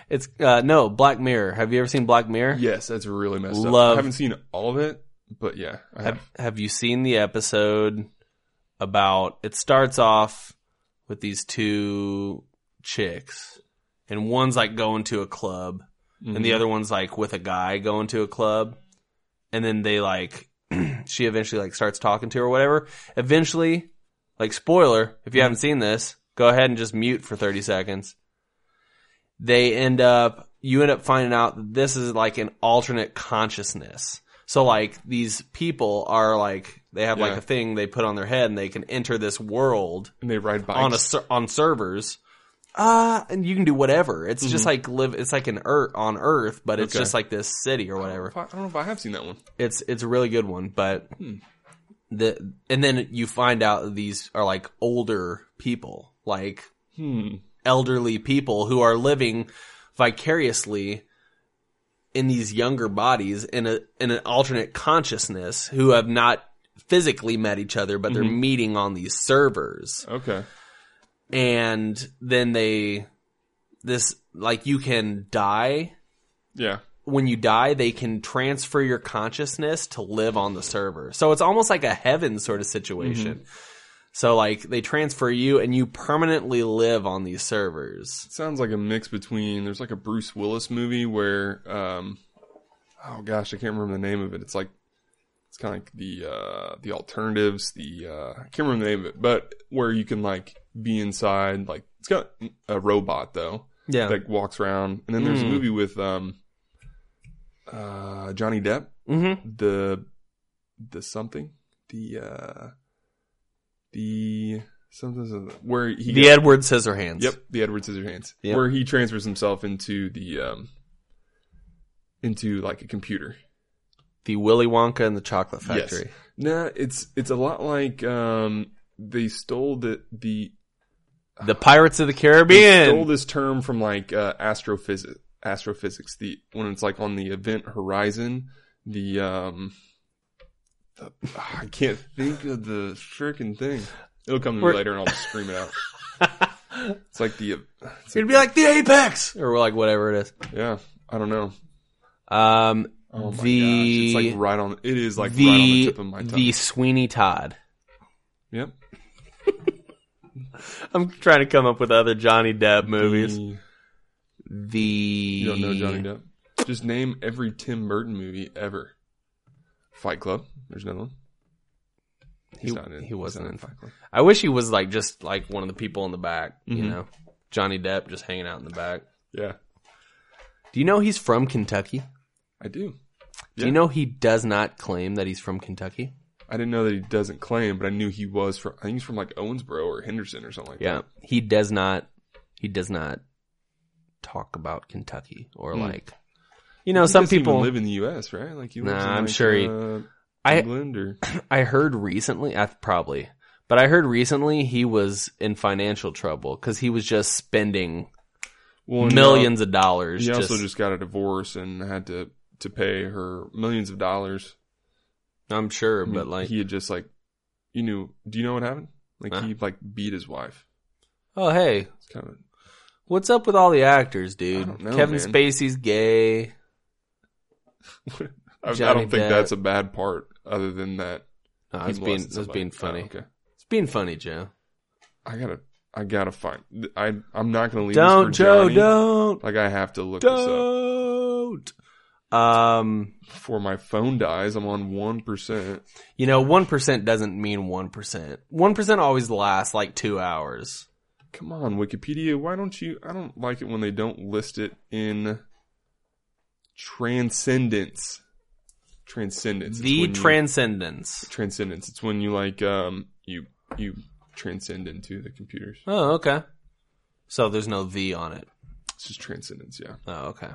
Speaker 1: it's uh, no Black Mirror. Have you ever seen Black Mirror?
Speaker 2: Yes, that's really messed up.
Speaker 1: Love-
Speaker 2: I haven't seen all of it, but yeah, I have.
Speaker 1: Have Have you seen the episode about? It starts off with these two chicks, and one's like going to a club, and
Speaker 2: Mm-hmm.
Speaker 1: the other one's like with a guy going to a club and then they like she eventually like starts talking to her or whatever eventually like spoiler if you haven't seen this go ahead and just mute for 30 seconds they end up you end up finding out that this is like an alternate consciousness so like these people are like they have like
Speaker 2: Yeah.
Speaker 1: a thing they put on their head and they can enter this world
Speaker 2: and they ride bikes.
Speaker 1: on a ser- on servers Mm-hmm. uh and you can do whatever. It's just like live it's like an earth on earth, but it's
Speaker 2: Okay.
Speaker 1: just like this city or whatever.
Speaker 2: If I, I don't know if I have seen that one.
Speaker 1: It's it's a really good one, but the and then you find out these are like older people, like
Speaker 2: Hmm.
Speaker 1: elderly people who are living vicariously in these younger bodies in a in an alternate consciousness who have not physically met each other but they're meeting on these servers
Speaker 2: Okay.
Speaker 1: and then they this like you can die
Speaker 2: Yeah.
Speaker 1: when you die they can transfer your consciousness to live on the server so it's almost like a heaven sort of situation
Speaker 2: Mm-hmm.
Speaker 1: so like they transfer you and you permanently live on these servers
Speaker 2: It sounds like a mix between there's like a Bruce Willis movie where um oh gosh, I can't remember the name of it. It's like it's kind of like the uh the alternatives, the uh I can't remember the name of it, but where you can like be inside like it's got a robot though
Speaker 1: yeah
Speaker 2: that walks around. And then there's a
Speaker 1: Mm.
Speaker 2: movie with um uh Johnny Depp,
Speaker 1: hmm
Speaker 2: Mm-hmm. the the something, the uh the something where he
Speaker 1: the
Speaker 2: got-
Speaker 1: Edward Scissorhands.
Speaker 2: Yep, the Edward Scissorhands,
Speaker 1: Yep.
Speaker 2: where he transfers himself into the um, into like a computer.
Speaker 1: The Willy Wonka and the Chocolate
Speaker 2: Yes.
Speaker 1: Factory.
Speaker 2: Nah, it's it's a lot like um, they stole the the
Speaker 1: The Pirates of the
Speaker 2: they stole
Speaker 1: Caribbean.
Speaker 2: this term from like uh, astrophysics astrophysics. The when it's like on the event horizon, the um, the, ah, I can't think of the freaking thing. It'll come to me
Speaker 1: We're-
Speaker 2: later, and I'll just scream it out. It's like the it's like-
Speaker 1: It'd be like the Apex or like whatever it is.
Speaker 2: yeah. I don't know.
Speaker 1: Um,
Speaker 2: Oh my
Speaker 1: the
Speaker 2: gosh, it's like right on. It is like
Speaker 1: the
Speaker 2: right on the tip of my tongue.
Speaker 1: the Sweeney Todd.
Speaker 2: yep.
Speaker 1: I'm trying to come up with other Johnny Depp movies.
Speaker 2: The-
Speaker 1: The
Speaker 2: you don't know Johnny Depp. Just name every Tim Burton movie ever. Fight Club. There's another one. He's
Speaker 1: He-
Speaker 2: not in.
Speaker 1: he
Speaker 2: he's
Speaker 1: wasn't
Speaker 2: not
Speaker 1: in.
Speaker 2: Fight Club.
Speaker 1: I wish he was like just like one of the people in the back. You
Speaker 2: Mhm.
Speaker 1: know, Johnny Depp just hanging out in the back.
Speaker 2: Yeah,
Speaker 1: Do you know he's from Kentucky?
Speaker 2: I do.
Speaker 1: Do
Speaker 2: Yeah.
Speaker 1: you know he does not claim that he's from Kentucky?
Speaker 2: I didn't know that he doesn't claim, but I knew he was from. I think he's from like Owensboro or Henderson or something like
Speaker 1: Yeah, he does not. He does not talk about Kentucky or
Speaker 2: Hmm.
Speaker 1: like, you know,
Speaker 2: that.
Speaker 1: some
Speaker 2: He doesn't even
Speaker 1: people.
Speaker 2: live in the U.S., right? Like you.
Speaker 1: Nah, I'm sure he-
Speaker 2: Uh,
Speaker 1: I
Speaker 2: England or
Speaker 1: I heard recently, I probably, but I heard recently he was in financial trouble because he was just spending
Speaker 2: well, and, uh,
Speaker 1: millions of dollars.
Speaker 2: He
Speaker 1: just,
Speaker 2: also just got a divorce and had to to pay her millions of dollars
Speaker 1: I'm sure,
Speaker 2: I mean,
Speaker 1: but like,
Speaker 2: he had just like you knew do you know what happened like
Speaker 1: Huh?
Speaker 2: he like beat his wife
Speaker 1: oh hey,
Speaker 2: it's kind of
Speaker 1: what's up with all the actors, dude?
Speaker 2: I don't know,
Speaker 1: Kevin
Speaker 2: man.
Speaker 1: Spacey's gay.
Speaker 2: I, I
Speaker 1: Johnny
Speaker 2: don't think
Speaker 1: Depp.
Speaker 2: that's a bad part other than that
Speaker 1: No, I
Speaker 2: he
Speaker 1: was being,
Speaker 2: molested
Speaker 1: I was
Speaker 2: somebody.
Speaker 1: being funny.
Speaker 2: Oh, okay
Speaker 1: It's being funny, Joe.
Speaker 2: i gotta i gotta find i i'm not gonna leave this for
Speaker 1: Don't, Joe.
Speaker 2: Johnny.
Speaker 1: Don't.
Speaker 2: like i have to look this up
Speaker 1: Don't. Um.
Speaker 2: before my phone dies i'm on one percent
Speaker 1: You know, one percent doesn't mean one percent. One percent always lasts like two hours.
Speaker 2: come on wikipedia why don't you i don't like it when they don't list it in transcendence transcendence It's
Speaker 1: The
Speaker 2: when you-
Speaker 1: transcendence.
Speaker 2: transcendence. It's when you like um you you transcend into the computers.
Speaker 1: Oh, okay. So there's no the on it.
Speaker 2: It's just transcendence, yeah.
Speaker 1: Oh, okay.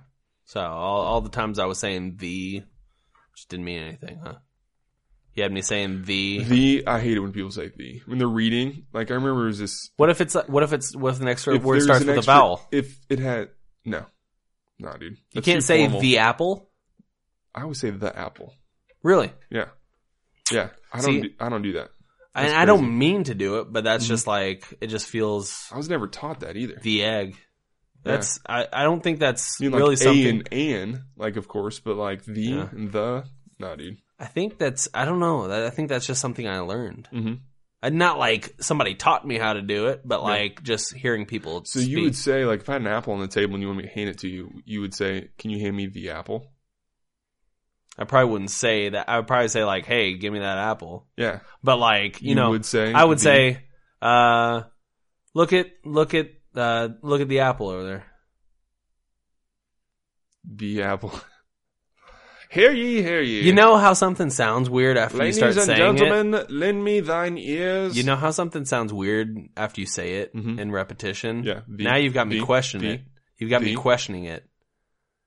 Speaker 1: So all all the times I was saying the, just didn't mean anything, huh? You had me saying the.
Speaker 2: The I hate it when people say the when they're reading. Like I remember it was this
Speaker 1: What if it's what if it's what if an extra word
Speaker 2: there's
Speaker 1: starts
Speaker 2: an
Speaker 1: with
Speaker 2: extra-
Speaker 1: a vowel?
Speaker 2: If it had no, no, dude.
Speaker 1: You
Speaker 2: That's
Speaker 1: can't
Speaker 2: too
Speaker 1: say
Speaker 2: formal.
Speaker 1: the apple.
Speaker 2: I always say the apple.
Speaker 1: Really?
Speaker 2: Yeah, yeah. I don't
Speaker 1: See?
Speaker 2: do, I don't do that. That's
Speaker 1: And I
Speaker 2: crazy. Mm-hmm.
Speaker 1: don't mean to do it, but that's just like it just feels
Speaker 2: I was never taught that either.
Speaker 1: the egg.
Speaker 2: Yeah.
Speaker 1: That's I, I don't think that's
Speaker 2: I mean, like
Speaker 1: really
Speaker 2: a
Speaker 1: something.
Speaker 2: and an, like of course, but like the
Speaker 1: Yeah.
Speaker 2: and the, no, dude.
Speaker 1: I think that's I don't know. That, I think that's just something I learned.
Speaker 2: Mm-hmm.
Speaker 1: And not like somebody taught me how to do it, but like just hearing people.
Speaker 2: So
Speaker 1: speak.
Speaker 2: you would say, like, if I had an apple on the table and you want me to hand it to you, you would say, "Can you hand me the apple?"
Speaker 1: I probably wouldn't say that. I would probably say like, "Hey, give me that apple."
Speaker 2: Yeah,
Speaker 1: But like you, know,
Speaker 2: would say,
Speaker 1: I would
Speaker 2: the-
Speaker 1: say, uh, "Look at look at uh, look at the apple over there."
Speaker 2: the apple. Hear ye, hear ye.
Speaker 1: You know how something sounds weird after
Speaker 2: ladies
Speaker 1: you start
Speaker 2: and
Speaker 1: saying
Speaker 2: gentlemen, lend me thine ears.
Speaker 1: it. You know how something sounds weird after you say it in repetition.
Speaker 2: Mm-hmm. Yeah, the-
Speaker 1: now you've got me
Speaker 2: the-
Speaker 1: questioning
Speaker 2: the-
Speaker 1: it. You've got me
Speaker 2: the-
Speaker 1: questioning it.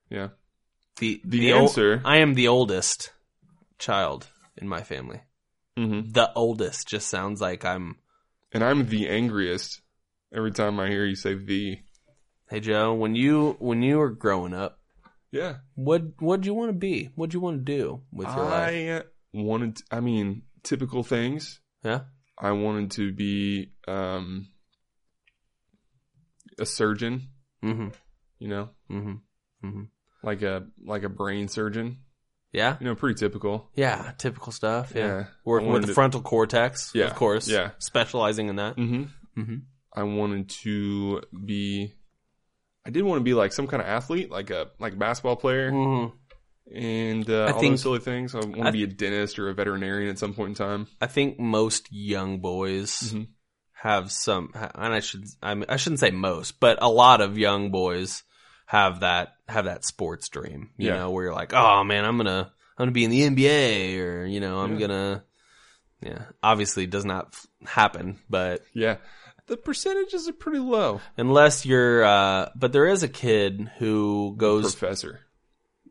Speaker 2: yeah.
Speaker 1: The
Speaker 2: The
Speaker 1: ol-
Speaker 2: answer-
Speaker 1: I am the oldest child in my family.
Speaker 2: hmm
Speaker 1: The oldest just sounds like I'm.
Speaker 2: And I'm the angriest every time I hear you say the.
Speaker 1: Hey Joe, when you when you were growing up,
Speaker 2: Yeah.
Speaker 1: what what'd you want to be? What'd you want to do with your
Speaker 2: I
Speaker 1: life?
Speaker 2: wanted, I mean, typical things.
Speaker 1: Yeah.
Speaker 2: I wanted to be um, a surgeon,
Speaker 1: Mm-hmm.
Speaker 2: you know,
Speaker 1: Mm-hmm.
Speaker 2: like a like a brain surgeon.
Speaker 1: Yeah.
Speaker 2: You know, pretty typical.
Speaker 1: Yeah. Typical stuff. Yeah.
Speaker 2: Yeah. I
Speaker 1: Working with
Speaker 2: wanted
Speaker 1: the
Speaker 2: to-
Speaker 1: frontal cortex.
Speaker 2: Yeah,
Speaker 1: Of course.
Speaker 2: yeah.
Speaker 1: Specializing in that.
Speaker 2: Mm-hmm.
Speaker 1: Mm-hmm.
Speaker 2: I wanted to be. I did want to be like some kind of athlete, like a like a basketball player,
Speaker 1: Mm-hmm.
Speaker 2: and uh,
Speaker 1: I
Speaker 2: all
Speaker 1: think-
Speaker 2: those silly things. I want to be a dentist or a veterinarian at some point in time.
Speaker 1: I think most young boys
Speaker 2: Mhm.
Speaker 1: have some, and I should I, mean, I shouldn't say most, but a lot of young boys have that have that sports dream. You
Speaker 2: Yeah.
Speaker 1: know, where you're like, oh man, I'm gonna I'm gonna be in the NBA, or you know, I'm
Speaker 2: Yeah.
Speaker 1: gonna. Yeah, obviously it does not f- happen, but
Speaker 2: Yeah, the percentages are pretty low.
Speaker 1: unless you're, uh, but there is a kid who goes
Speaker 2: Professor.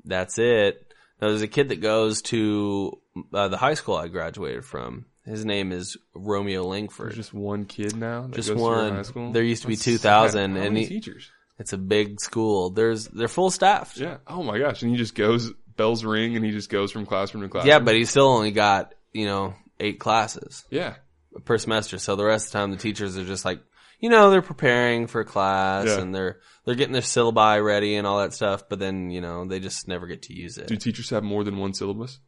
Speaker 1: That's it. Now, there's a kid that goes to uh, the high school I graduated from. His name is Romeo
Speaker 2: There's
Speaker 1: Langford.
Speaker 2: just one kid now. That
Speaker 1: Just
Speaker 2: goes to your
Speaker 1: one.
Speaker 2: High school?
Speaker 1: There used to be
Speaker 2: That's sad.
Speaker 1: 2,000,
Speaker 2: How
Speaker 1: and
Speaker 2: many
Speaker 1: he-
Speaker 2: teachers.
Speaker 1: It's a big school. There's they're full staffed. Yeah,
Speaker 2: Yeah. Oh my gosh. And he just goes bells ring, and he just goes from classroom to classroom.
Speaker 1: but he's still only got you know eight classes
Speaker 2: yeah.
Speaker 1: per semester. So the rest of the time, the teachers are just like you know they're preparing for class
Speaker 2: Yeah.
Speaker 1: and they're they're getting their syllabi ready and all that stuff. But then you know they just never get to use it.
Speaker 2: Do teachers have more than one syllabus?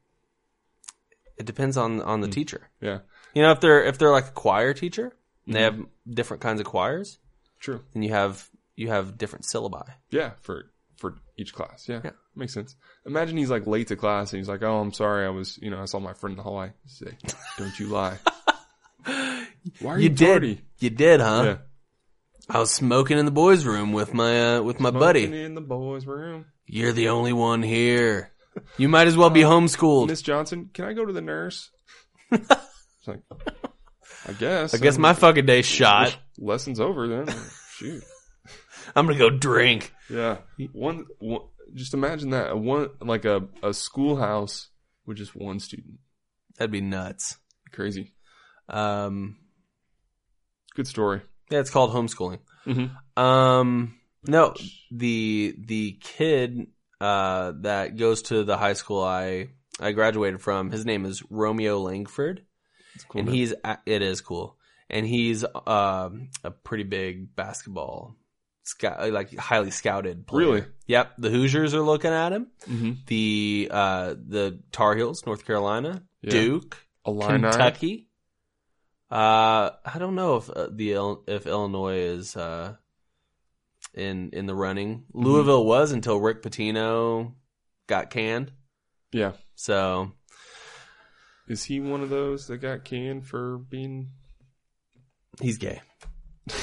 Speaker 1: It depends on on the teacher.
Speaker 2: Mm. Yeah. Mm-hmm.
Speaker 1: You know, if they're if they're like a choir teacher, and they have different kinds of choirs,
Speaker 2: True.
Speaker 1: and you have you have different syllabi.
Speaker 2: Yeah. For for each class. Yeah.
Speaker 1: Yeah.
Speaker 2: Makes sense. Imagine he's like late to class, and he's like, "Oh, I'm sorry. I was, you know, I saw my friend in the hallway." He's like, "Don't you lie." Why are you, dirty?
Speaker 1: you uh, did, huh?
Speaker 2: Yeah.
Speaker 1: I was smoking in the boys' room with my uh, with my
Speaker 2: Smoking
Speaker 1: buddy.
Speaker 2: in the boys' room.
Speaker 1: You're the only one here. You might as well be homeschooled.
Speaker 2: Miss Johnson, can I go to the nurse? it's like, I guess.
Speaker 1: I guess my fucking day's shot.
Speaker 2: lesson's over then. Shoot.
Speaker 1: I'm gonna go drink.
Speaker 2: Yeah. One, one just imagine that. A One like a, a schoolhouse with just one student.
Speaker 1: That'd be nuts.
Speaker 2: Crazy.
Speaker 1: Um,
Speaker 2: Good story.
Speaker 1: yeah, it's called homeschooling.
Speaker 2: Mhm.
Speaker 1: Um, no, the the kid uh, that goes to the high school I I graduated from, his name is Romeo Langford,
Speaker 2: It's cool.
Speaker 1: and
Speaker 2: man.
Speaker 1: he's a- it is cool, and he's um, a pretty big basketball scout, like highly scouted. Player.
Speaker 2: Really?
Speaker 1: Yep. The Hoosiers are looking at him.
Speaker 2: Mhm.
Speaker 1: The uh, the Tar Heels, North Carolina,
Speaker 2: Yeah.
Speaker 1: Duke,
Speaker 2: Illini.
Speaker 1: Kentucky. Uh, I don't know if uh, the Il- if Illinois is uh in in the running. Louisville was until Rick Pitino got canned.
Speaker 2: Yeah.
Speaker 1: So
Speaker 2: Is he one of those that got canned for being?
Speaker 1: he's gay.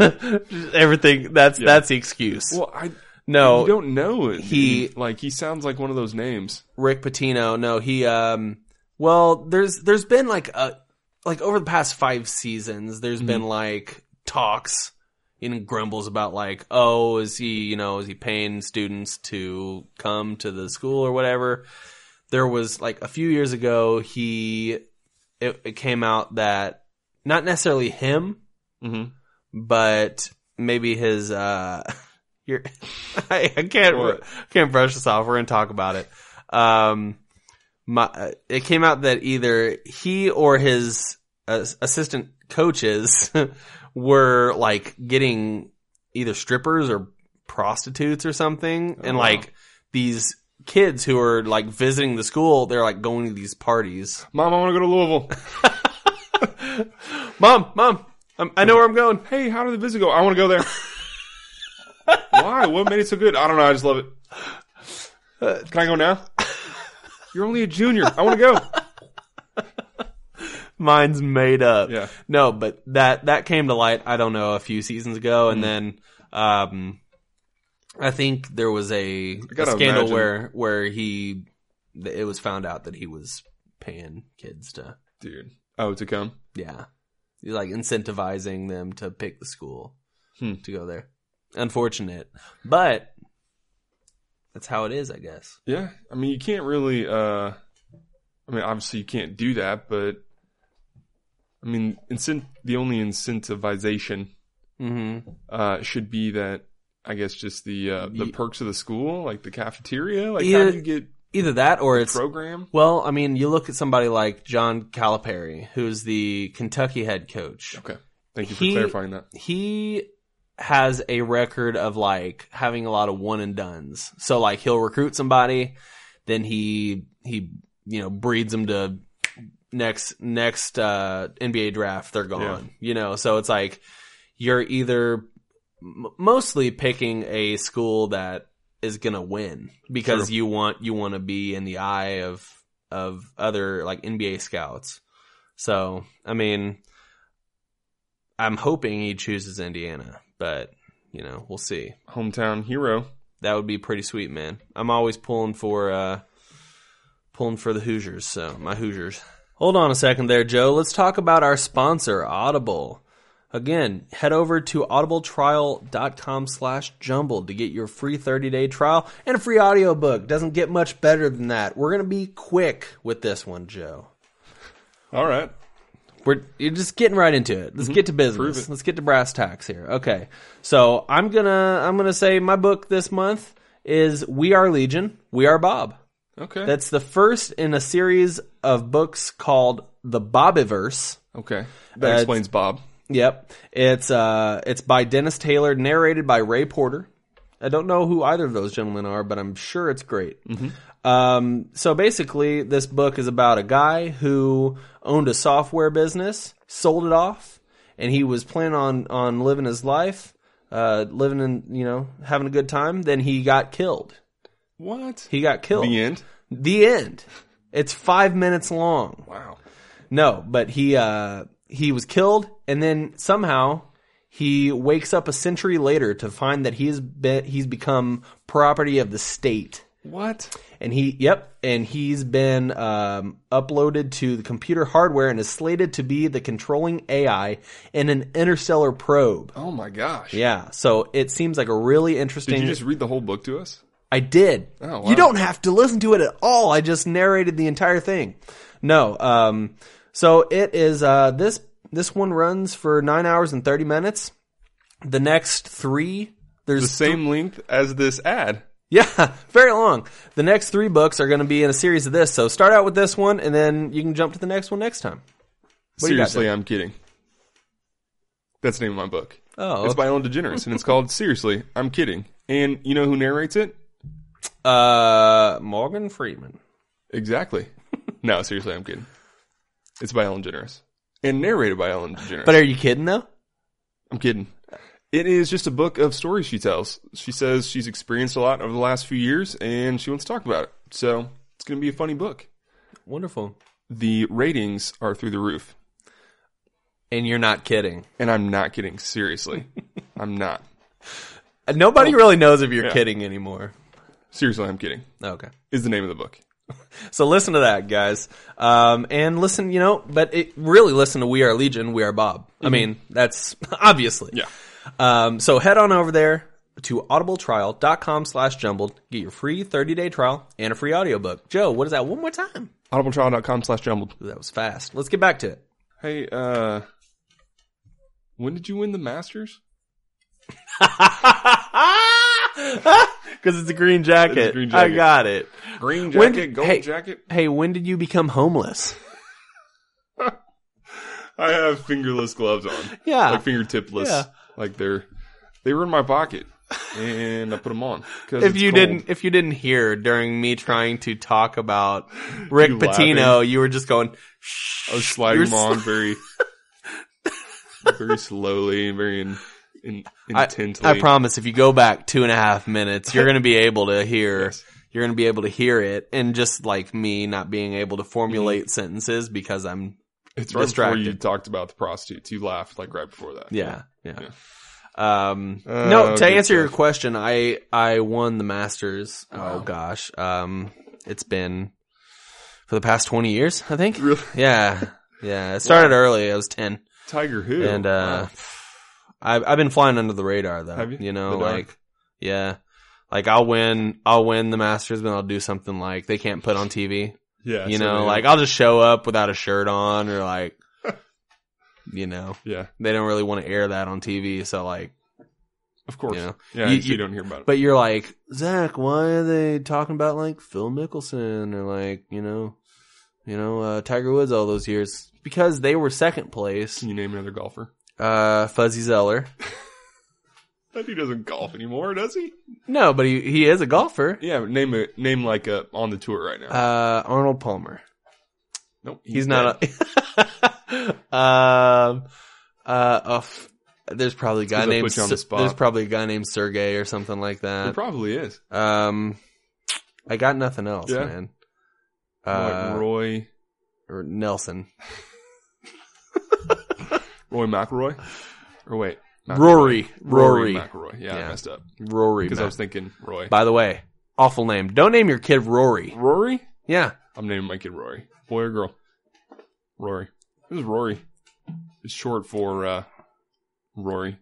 Speaker 1: Everything that's
Speaker 2: Yeah.
Speaker 1: that's the excuse.
Speaker 2: Well, I you
Speaker 1: no,
Speaker 2: don't know. It,
Speaker 1: he-
Speaker 2: dude. like he sounds like one of those names.
Speaker 1: Rick Pitino. No, he um well, there's there's been like a like over the past 5 seasons there's been like talks and grumbles about like, "Oh, is he, you know, is he paying students to come to the school or whatever?" There was like a few years ago he it, it came out that not necessarily him,
Speaker 2: Mm-hmm.
Speaker 1: but maybe his uh your I, I can't
Speaker 2: What?
Speaker 1: I can't brush this off. We're gonna talk about it. Um, my uh, it came out that either he or his uh, assistant coaches were like getting either strippers or prostitutes or something,
Speaker 2: Oh,
Speaker 1: and
Speaker 2: wow.
Speaker 1: like these kids who are like visiting the school, they're like going to these parties.
Speaker 2: Mom, I want to go to Louisville.
Speaker 1: mom, mom, I'm, Um, I know where I'm going.
Speaker 2: hey, how did the visit go? I want to go there. Why? What made it so good? I don't know. I just love it. Can I go now? You're only a junior. I want to go.
Speaker 1: Mine's made up.
Speaker 2: Yeah.
Speaker 1: No, but
Speaker 2: Mm-hmm.
Speaker 1: that that came to light. I don't know a few seasons ago, and then um, I think there was a, a
Speaker 2: gotta
Speaker 1: scandal
Speaker 2: imagine-
Speaker 1: where where he th- it was found out that he was paying kids to
Speaker 2: dude. Oh, to come.
Speaker 1: yeah, He's, like incentivizing them to pick the school
Speaker 2: Hmm.
Speaker 1: to go there. Unfortunate, but that's how it is, I guess.
Speaker 2: Yeah, I mean, you can't really. uh I mean, obviously, you can't do that, but I mean, incent- the only incentivization
Speaker 1: Mm-hmm.
Speaker 2: uh should be that I guess just the uh, the
Speaker 1: Ye-
Speaker 2: perks of the school, like the cafeteria. Like, how
Speaker 1: Yeah,
Speaker 2: do you get
Speaker 1: Either that or it's
Speaker 2: program?
Speaker 1: well. I mean, you look at somebody like John Calipari, who's the Kentucky head coach.
Speaker 2: Okay, thank you for
Speaker 1: He-
Speaker 2: clarifying that.
Speaker 1: he has a record of like having a lot of one and duns. So like he'll recruit somebody, then he he you know breeds them to next next uh NBA draft they're gone. You know, so it's like you're either m- mostly picking a school that is going to win because
Speaker 2: True.
Speaker 1: you want you want to be in the eye of of other like NBA scouts. So, I mean, I'm hoping he chooses Indiana, but you know, we'll see.
Speaker 2: Hometown hero.
Speaker 1: That would be pretty sweet, man. I'm always pulling for uh pulling for the Hoosiers, so my Hoosiers. Hold on a second there, Joe. Let's talk about our sponsor, Audible. Again, head over to audibletrial.com slash jumbled to get your free 30-day trial and a free audiobook. Doesn't get much better than that. We're going to be quick with this one, Joe.
Speaker 2: All right.
Speaker 1: We're you're just getting right into it. Let's get to
Speaker 2: Mm-hmm. Prove
Speaker 1: business.
Speaker 2: it.
Speaker 1: Let's get to brass tacks here. Okay. So I'm gonna I'm gonna say my book this month is We Are Legion, We Are Bob.
Speaker 2: Okay.
Speaker 1: That's the first in a series of books called The Bobiverse.
Speaker 2: okay. That explains Bob.
Speaker 1: Yep. It's uh it's by Dennis Taylor, narrated by Ray Porter. I don't know who either of those gentlemen are, but I'm sure it's great.
Speaker 2: Mm-hmm.
Speaker 1: Um, so basically, this book is about a guy who owned a software business, sold it off, and he was planning on on living his life, uh, living in you know having a good time. Then he got killed.
Speaker 2: What?
Speaker 1: He got killed.
Speaker 2: The end.
Speaker 1: The end. It's five minutes long.
Speaker 2: Wow.
Speaker 1: No, but he uh he was killed and then somehow he wakes up a century later to find that he has been he's become property of the state.
Speaker 2: What?
Speaker 1: And he yep, and he's been um uploaded to the computer hardware and is slated to be the controlling AI in an interstellar probe.
Speaker 2: Oh my gosh.
Speaker 1: Yeah, so it seems like a really interesting
Speaker 2: Did you just read the whole book to us?
Speaker 1: I did.
Speaker 2: Oh, wow.
Speaker 1: You don't have to listen to it at all. I just narrated the entire thing. No, um, so it is, uh, this, this one runs for nine hours and 30 minutes. The next three, there's
Speaker 2: The same length as this ad.
Speaker 1: yeah, very long. The next three books are going to be in a series of this. So start out with this one and then you can jump to the next one next time. What do you got
Speaker 2: Seriously, I'm kidding. That's the name of my book.
Speaker 1: Oh,
Speaker 2: It's by Ellen DeGeneres, and it's called Seriously, I'm Kidding. And you know who narrates it?
Speaker 1: uh, Morgan Freeman.
Speaker 2: Exactly. No, seriously, I'm kidding. It's by Ellen DeGeneres. And narrated by Ellen DeGeneres.
Speaker 1: But are you kidding though?
Speaker 2: I'm kidding. It is just a book of stories she tells. She says she's experienced a lot over the last few years, and she wants to talk about it. So it's going to be a funny book.
Speaker 1: Wonderful.
Speaker 2: The ratings are through the roof.
Speaker 1: And you're not kidding.
Speaker 2: And I'm not kidding. Seriously. I'm not.
Speaker 1: Uh, Nobody really knows if you're
Speaker 2: Oh. Yeah.
Speaker 1: kidding anymore.
Speaker 2: Seriously, I'm kidding.
Speaker 1: Okay.
Speaker 2: Is the name of the book.
Speaker 1: So listen to that, guys, um, and listen. You know, but it, really listen to "We Are Legion, We Are Bob." I mean, that's obviously.
Speaker 2: Mm-hmm. Yeah.
Speaker 1: Um, so head on over there to audibletrial.com/jumbled. Get your free 30-day trial and a free audiobook. Joe, what is that? One more time.
Speaker 2: audibletrial.com slash jumbled
Speaker 1: Ooh, that was fast. Let's get back to it.
Speaker 2: hey uh when did you win the masters
Speaker 1: Because it's a green jacket.
Speaker 2: It's a green jacket.
Speaker 1: I got it.
Speaker 2: green
Speaker 1: When
Speaker 2: jacket
Speaker 1: did-
Speaker 2: gold
Speaker 1: hey.
Speaker 2: jacket
Speaker 1: Hey, when did you become homeless?
Speaker 2: i have fingerless gloves on
Speaker 1: Yeah.
Speaker 2: like fingertipless
Speaker 1: Yeah.
Speaker 2: like they're they were in my pocket and i put them on 'cause
Speaker 1: if
Speaker 2: it's
Speaker 1: you
Speaker 2: cold.
Speaker 1: didn't if you didn't hear during me trying to talk about Rick
Speaker 2: You
Speaker 1: Patino, you were just going
Speaker 2: i was sliding
Speaker 1: you're
Speaker 2: them on very very slowly and very in, in,
Speaker 1: I,
Speaker 2: intently
Speaker 1: I promise if you go back two and a half minutes, you're gonna be able to hear
Speaker 2: Yes.
Speaker 1: you're gonna be able to hear it and just like me not being able to formulate
Speaker 2: Mm-hmm.
Speaker 1: sentences because I'm
Speaker 2: it's right before you
Speaker 1: distracted.
Speaker 2: talked about the prostitutes you laughed like right before that
Speaker 1: yeah, yeah. Um,
Speaker 2: Uh,
Speaker 1: no, to
Speaker 2: good
Speaker 1: answer your question, I I won the Masters. Oh gosh, um, it's been for the past twenty years, I think.
Speaker 2: Really?
Speaker 1: Yeah, yeah. It started early. I was ten,
Speaker 2: Tiger who?
Speaker 1: and uh, I've I've been flying under the radar though.
Speaker 2: Have you?
Speaker 1: know,
Speaker 2: The dark?
Speaker 1: like yeah, like I'll win, I'll win the Masters, but I'll do something like they can't put on TV.
Speaker 2: yeah,
Speaker 1: you
Speaker 2: so
Speaker 1: know,
Speaker 2: they-
Speaker 1: like I'll just show up without a shirt on or like, you know,
Speaker 2: yeah,
Speaker 1: they don't really want to air that on TV. So like.
Speaker 2: of course.
Speaker 1: You know,
Speaker 2: yeah,
Speaker 1: you-
Speaker 2: you,
Speaker 1: you-
Speaker 2: don't hear about it.
Speaker 1: But you're like, Zach, why are they talking about like Phil Mickelson or like, you know, you know, uh, Tiger Woods all those years? Because they were second place.
Speaker 2: Can you name another golfer?
Speaker 1: Uh, Fuzzy Zeller.
Speaker 2: That dude doesn't golf anymore, does he?
Speaker 1: No, but he, he is a golfer.
Speaker 2: Yeah, but name a name like a on the tour right now.
Speaker 1: Uh, Arnold Palmer.
Speaker 2: nope,
Speaker 1: He's not a, um, uh, oh, f- there's probably a guy
Speaker 2: 'cause I
Speaker 1: named,
Speaker 2: put you on the
Speaker 1: Ser-
Speaker 2: spot.
Speaker 1: there's probably a guy named Sergey or something like
Speaker 2: It
Speaker 1: that.
Speaker 2: probably is.
Speaker 1: Um, I got nothing else,
Speaker 2: Yeah.
Speaker 1: man.
Speaker 2: like
Speaker 1: Uh,
Speaker 2: Roy
Speaker 1: or Nelson.
Speaker 2: Roy McIlroy. Or wait, not
Speaker 1: Rory.
Speaker 2: Rory
Speaker 1: Rory.
Speaker 2: McIlroy. Yeah, I
Speaker 1: Yeah.
Speaker 2: messed up
Speaker 1: Rory.
Speaker 2: because I
Speaker 1: Mac.
Speaker 2: was thinking Roy.
Speaker 1: By the way, awful name. Don't name your kid Rory.
Speaker 2: Rory.
Speaker 1: Yeah.
Speaker 2: I'm naming my kid Rory. Boy or girl? Rory. Who's Rory? It's short for uh, Rory.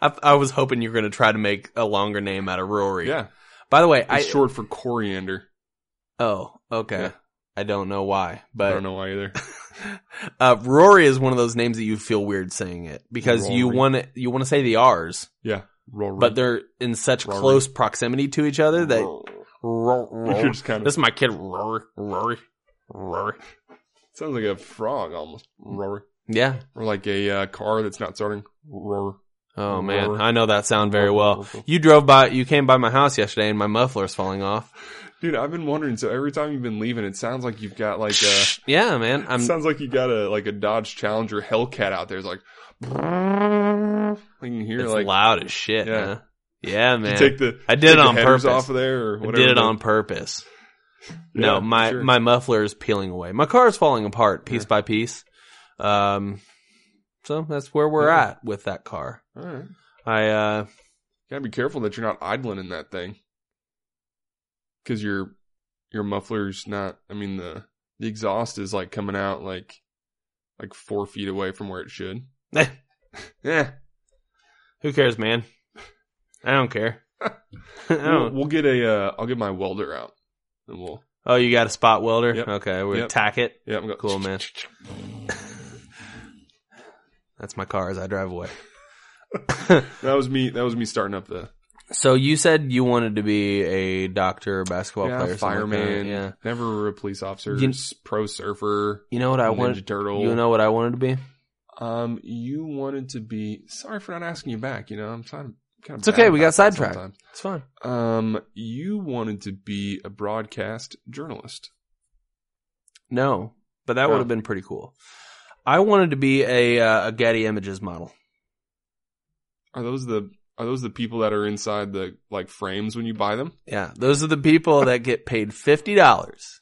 Speaker 1: I, I was hoping you were going to try to make a longer name out of Rory.
Speaker 2: Yeah,
Speaker 1: By the way,
Speaker 2: it's
Speaker 1: I.
Speaker 2: short for coriander.
Speaker 1: Oh, okay.
Speaker 2: Yeah.
Speaker 1: I don't know why,
Speaker 2: I
Speaker 1: but
Speaker 2: don't know why either.
Speaker 1: uh, Rory is one of those names that you feel weird saying it because you
Speaker 2: Rory.
Speaker 1: want to you want to say the R's,
Speaker 2: Yeah, Rory.
Speaker 1: but they're in such
Speaker 2: Rory.
Speaker 1: close proximity to each other that
Speaker 2: Roar.
Speaker 1: Ro- Ro-
Speaker 2: You're just kind of
Speaker 1: this is my kid Rory Rory Rory.
Speaker 2: sounds like a frog almost. Rory.
Speaker 1: Yeah.
Speaker 2: Or like a uh, car that's not starting. Roar.
Speaker 1: Oh man,
Speaker 2: Rory.
Speaker 1: I know that sound very well.
Speaker 2: Roar, roar, roar.
Speaker 1: You drove by, you came by my house yesterday and my muffler's falling off.
Speaker 2: Dude, I've been wondering. So every time you've been leaving, it sounds like you've got like uh, a
Speaker 1: uh, Yeah, man.
Speaker 2: it
Speaker 1: I'm,
Speaker 2: sounds like you got a like a Dodge Challenger Hellcat out there. It's like, like you can hear
Speaker 1: it's
Speaker 2: like
Speaker 1: loud as shit,
Speaker 2: Yeah.
Speaker 1: yeah.
Speaker 2: you
Speaker 1: man. Yeah, man.
Speaker 2: take the
Speaker 1: I did
Speaker 2: take
Speaker 1: it
Speaker 2: the
Speaker 1: on
Speaker 2: headers
Speaker 1: purpose.
Speaker 2: off of there or
Speaker 1: I
Speaker 2: whatever.
Speaker 1: did it on purpose.
Speaker 2: Yeah,
Speaker 1: no, my,
Speaker 2: sure.
Speaker 1: my muffler is peeling away. My car is falling apart piece
Speaker 2: Yeah.
Speaker 1: by piece. Um, so that's where we're
Speaker 2: Okay.
Speaker 1: at with that car.
Speaker 2: All right.
Speaker 1: I, uh,
Speaker 2: gotta be careful that you're not idling in that thing, because your your muffler's not. I mean the the exhaust is like coming out like like four feet away from where it should. Eh, Yeah,
Speaker 1: who cares, man? I don't care. I
Speaker 2: we'll,
Speaker 1: don't-
Speaker 2: we'll get a. Uh, I'll get my welder out, and we'll.
Speaker 1: oh, you got a spot welder?
Speaker 2: Yep.
Speaker 1: Okay. We
Speaker 2: Yep.
Speaker 1: tack it.
Speaker 2: Yeah, I'm going.
Speaker 1: Cool, man. That's my car as I drive away.
Speaker 2: That was me. That was me starting up the
Speaker 1: So you said you wanted to be a doctor, or basketball
Speaker 2: yeah,
Speaker 1: player, something like that.
Speaker 2: fireman.
Speaker 1: yeah.
Speaker 2: never a police officer.
Speaker 1: You-
Speaker 2: s- pro surfer.
Speaker 1: You know what I
Speaker 2: Ninja
Speaker 1: wanted?
Speaker 2: turtle.
Speaker 1: You know what I wanted to be?
Speaker 2: Um, you wanted to be. Sorry for not asking you back. You know, I'm trying to. Kind of
Speaker 1: It's okay,
Speaker 2: bad
Speaker 1: we
Speaker 2: about that
Speaker 1: got sidetracked.
Speaker 2: sometimes.
Speaker 1: It's fine.
Speaker 2: Um, you wanted to be a broadcast journalist.
Speaker 1: No, but that
Speaker 2: Oh.
Speaker 1: would have been pretty cool. I wanted to be a uh, a Getty Images model.
Speaker 2: Are those the Are those the people that are inside the like frames when you buy them?
Speaker 1: Yeah, those are the people that get paid fifty dollars,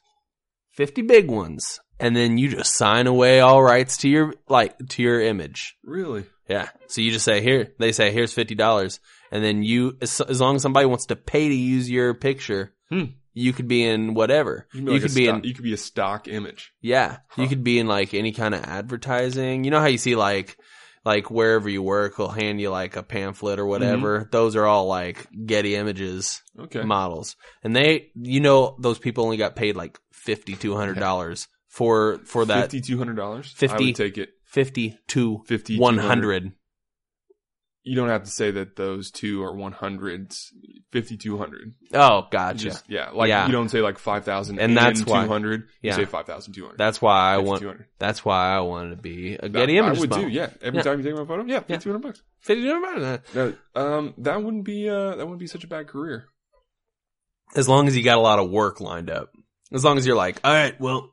Speaker 1: fifty big ones, and then you just sign away all rights to your like to your image.
Speaker 2: Really?
Speaker 1: Yeah. So you just say here, they say here's fifty dollars, and then you, as, as long as somebody wants to pay to use your picture,
Speaker 2: Hmm.
Speaker 1: you could be in whatever. You,
Speaker 2: You, like
Speaker 1: could
Speaker 2: a
Speaker 1: be
Speaker 2: stock-
Speaker 1: in,
Speaker 2: You could be a stock image.
Speaker 1: yeah,
Speaker 2: Huh.
Speaker 1: you could be in like any kind of advertising. You know how you see like, like wherever you work, they'll hand you like a pamphlet
Speaker 2: Mm-hmm.
Speaker 1: or whatever. Those are all like Getty Images
Speaker 2: Okay.
Speaker 1: models, and they, you know, those people only got paid like fifty two hundred dollars for for that
Speaker 2: fifty two hundred dollars. I
Speaker 1: Fifty-
Speaker 2: would take it.
Speaker 1: fifty two
Speaker 2: Fifty
Speaker 1: one
Speaker 2: 200.
Speaker 1: hundred.
Speaker 2: You don't have to say that those two are one hundreds. Fifty two hundred.
Speaker 1: Oh, gotcha.
Speaker 2: Just yeah, like
Speaker 1: Yeah.
Speaker 2: you don't say like five thousand
Speaker 1: And that's why-
Speaker 2: two hundred. You
Speaker 1: Yeah.
Speaker 2: say five thousand two hundred.
Speaker 1: That's why I
Speaker 2: Fifty
Speaker 1: want.
Speaker 2: two hundred.
Speaker 1: That's why I wanted to be a
Speaker 2: I
Speaker 1: Getty Images
Speaker 2: would
Speaker 1: model.
Speaker 2: too. Yeah. Every
Speaker 1: Yeah.
Speaker 2: time you take my photo, yeah, fifty two hundred bucks.
Speaker 1: Fifty dollars out of that.
Speaker 2: No, um, that wouldn't be uh, that wouldn't be such a bad career.
Speaker 1: As long as you got a lot of work lined up. As long as you're like, all right, well,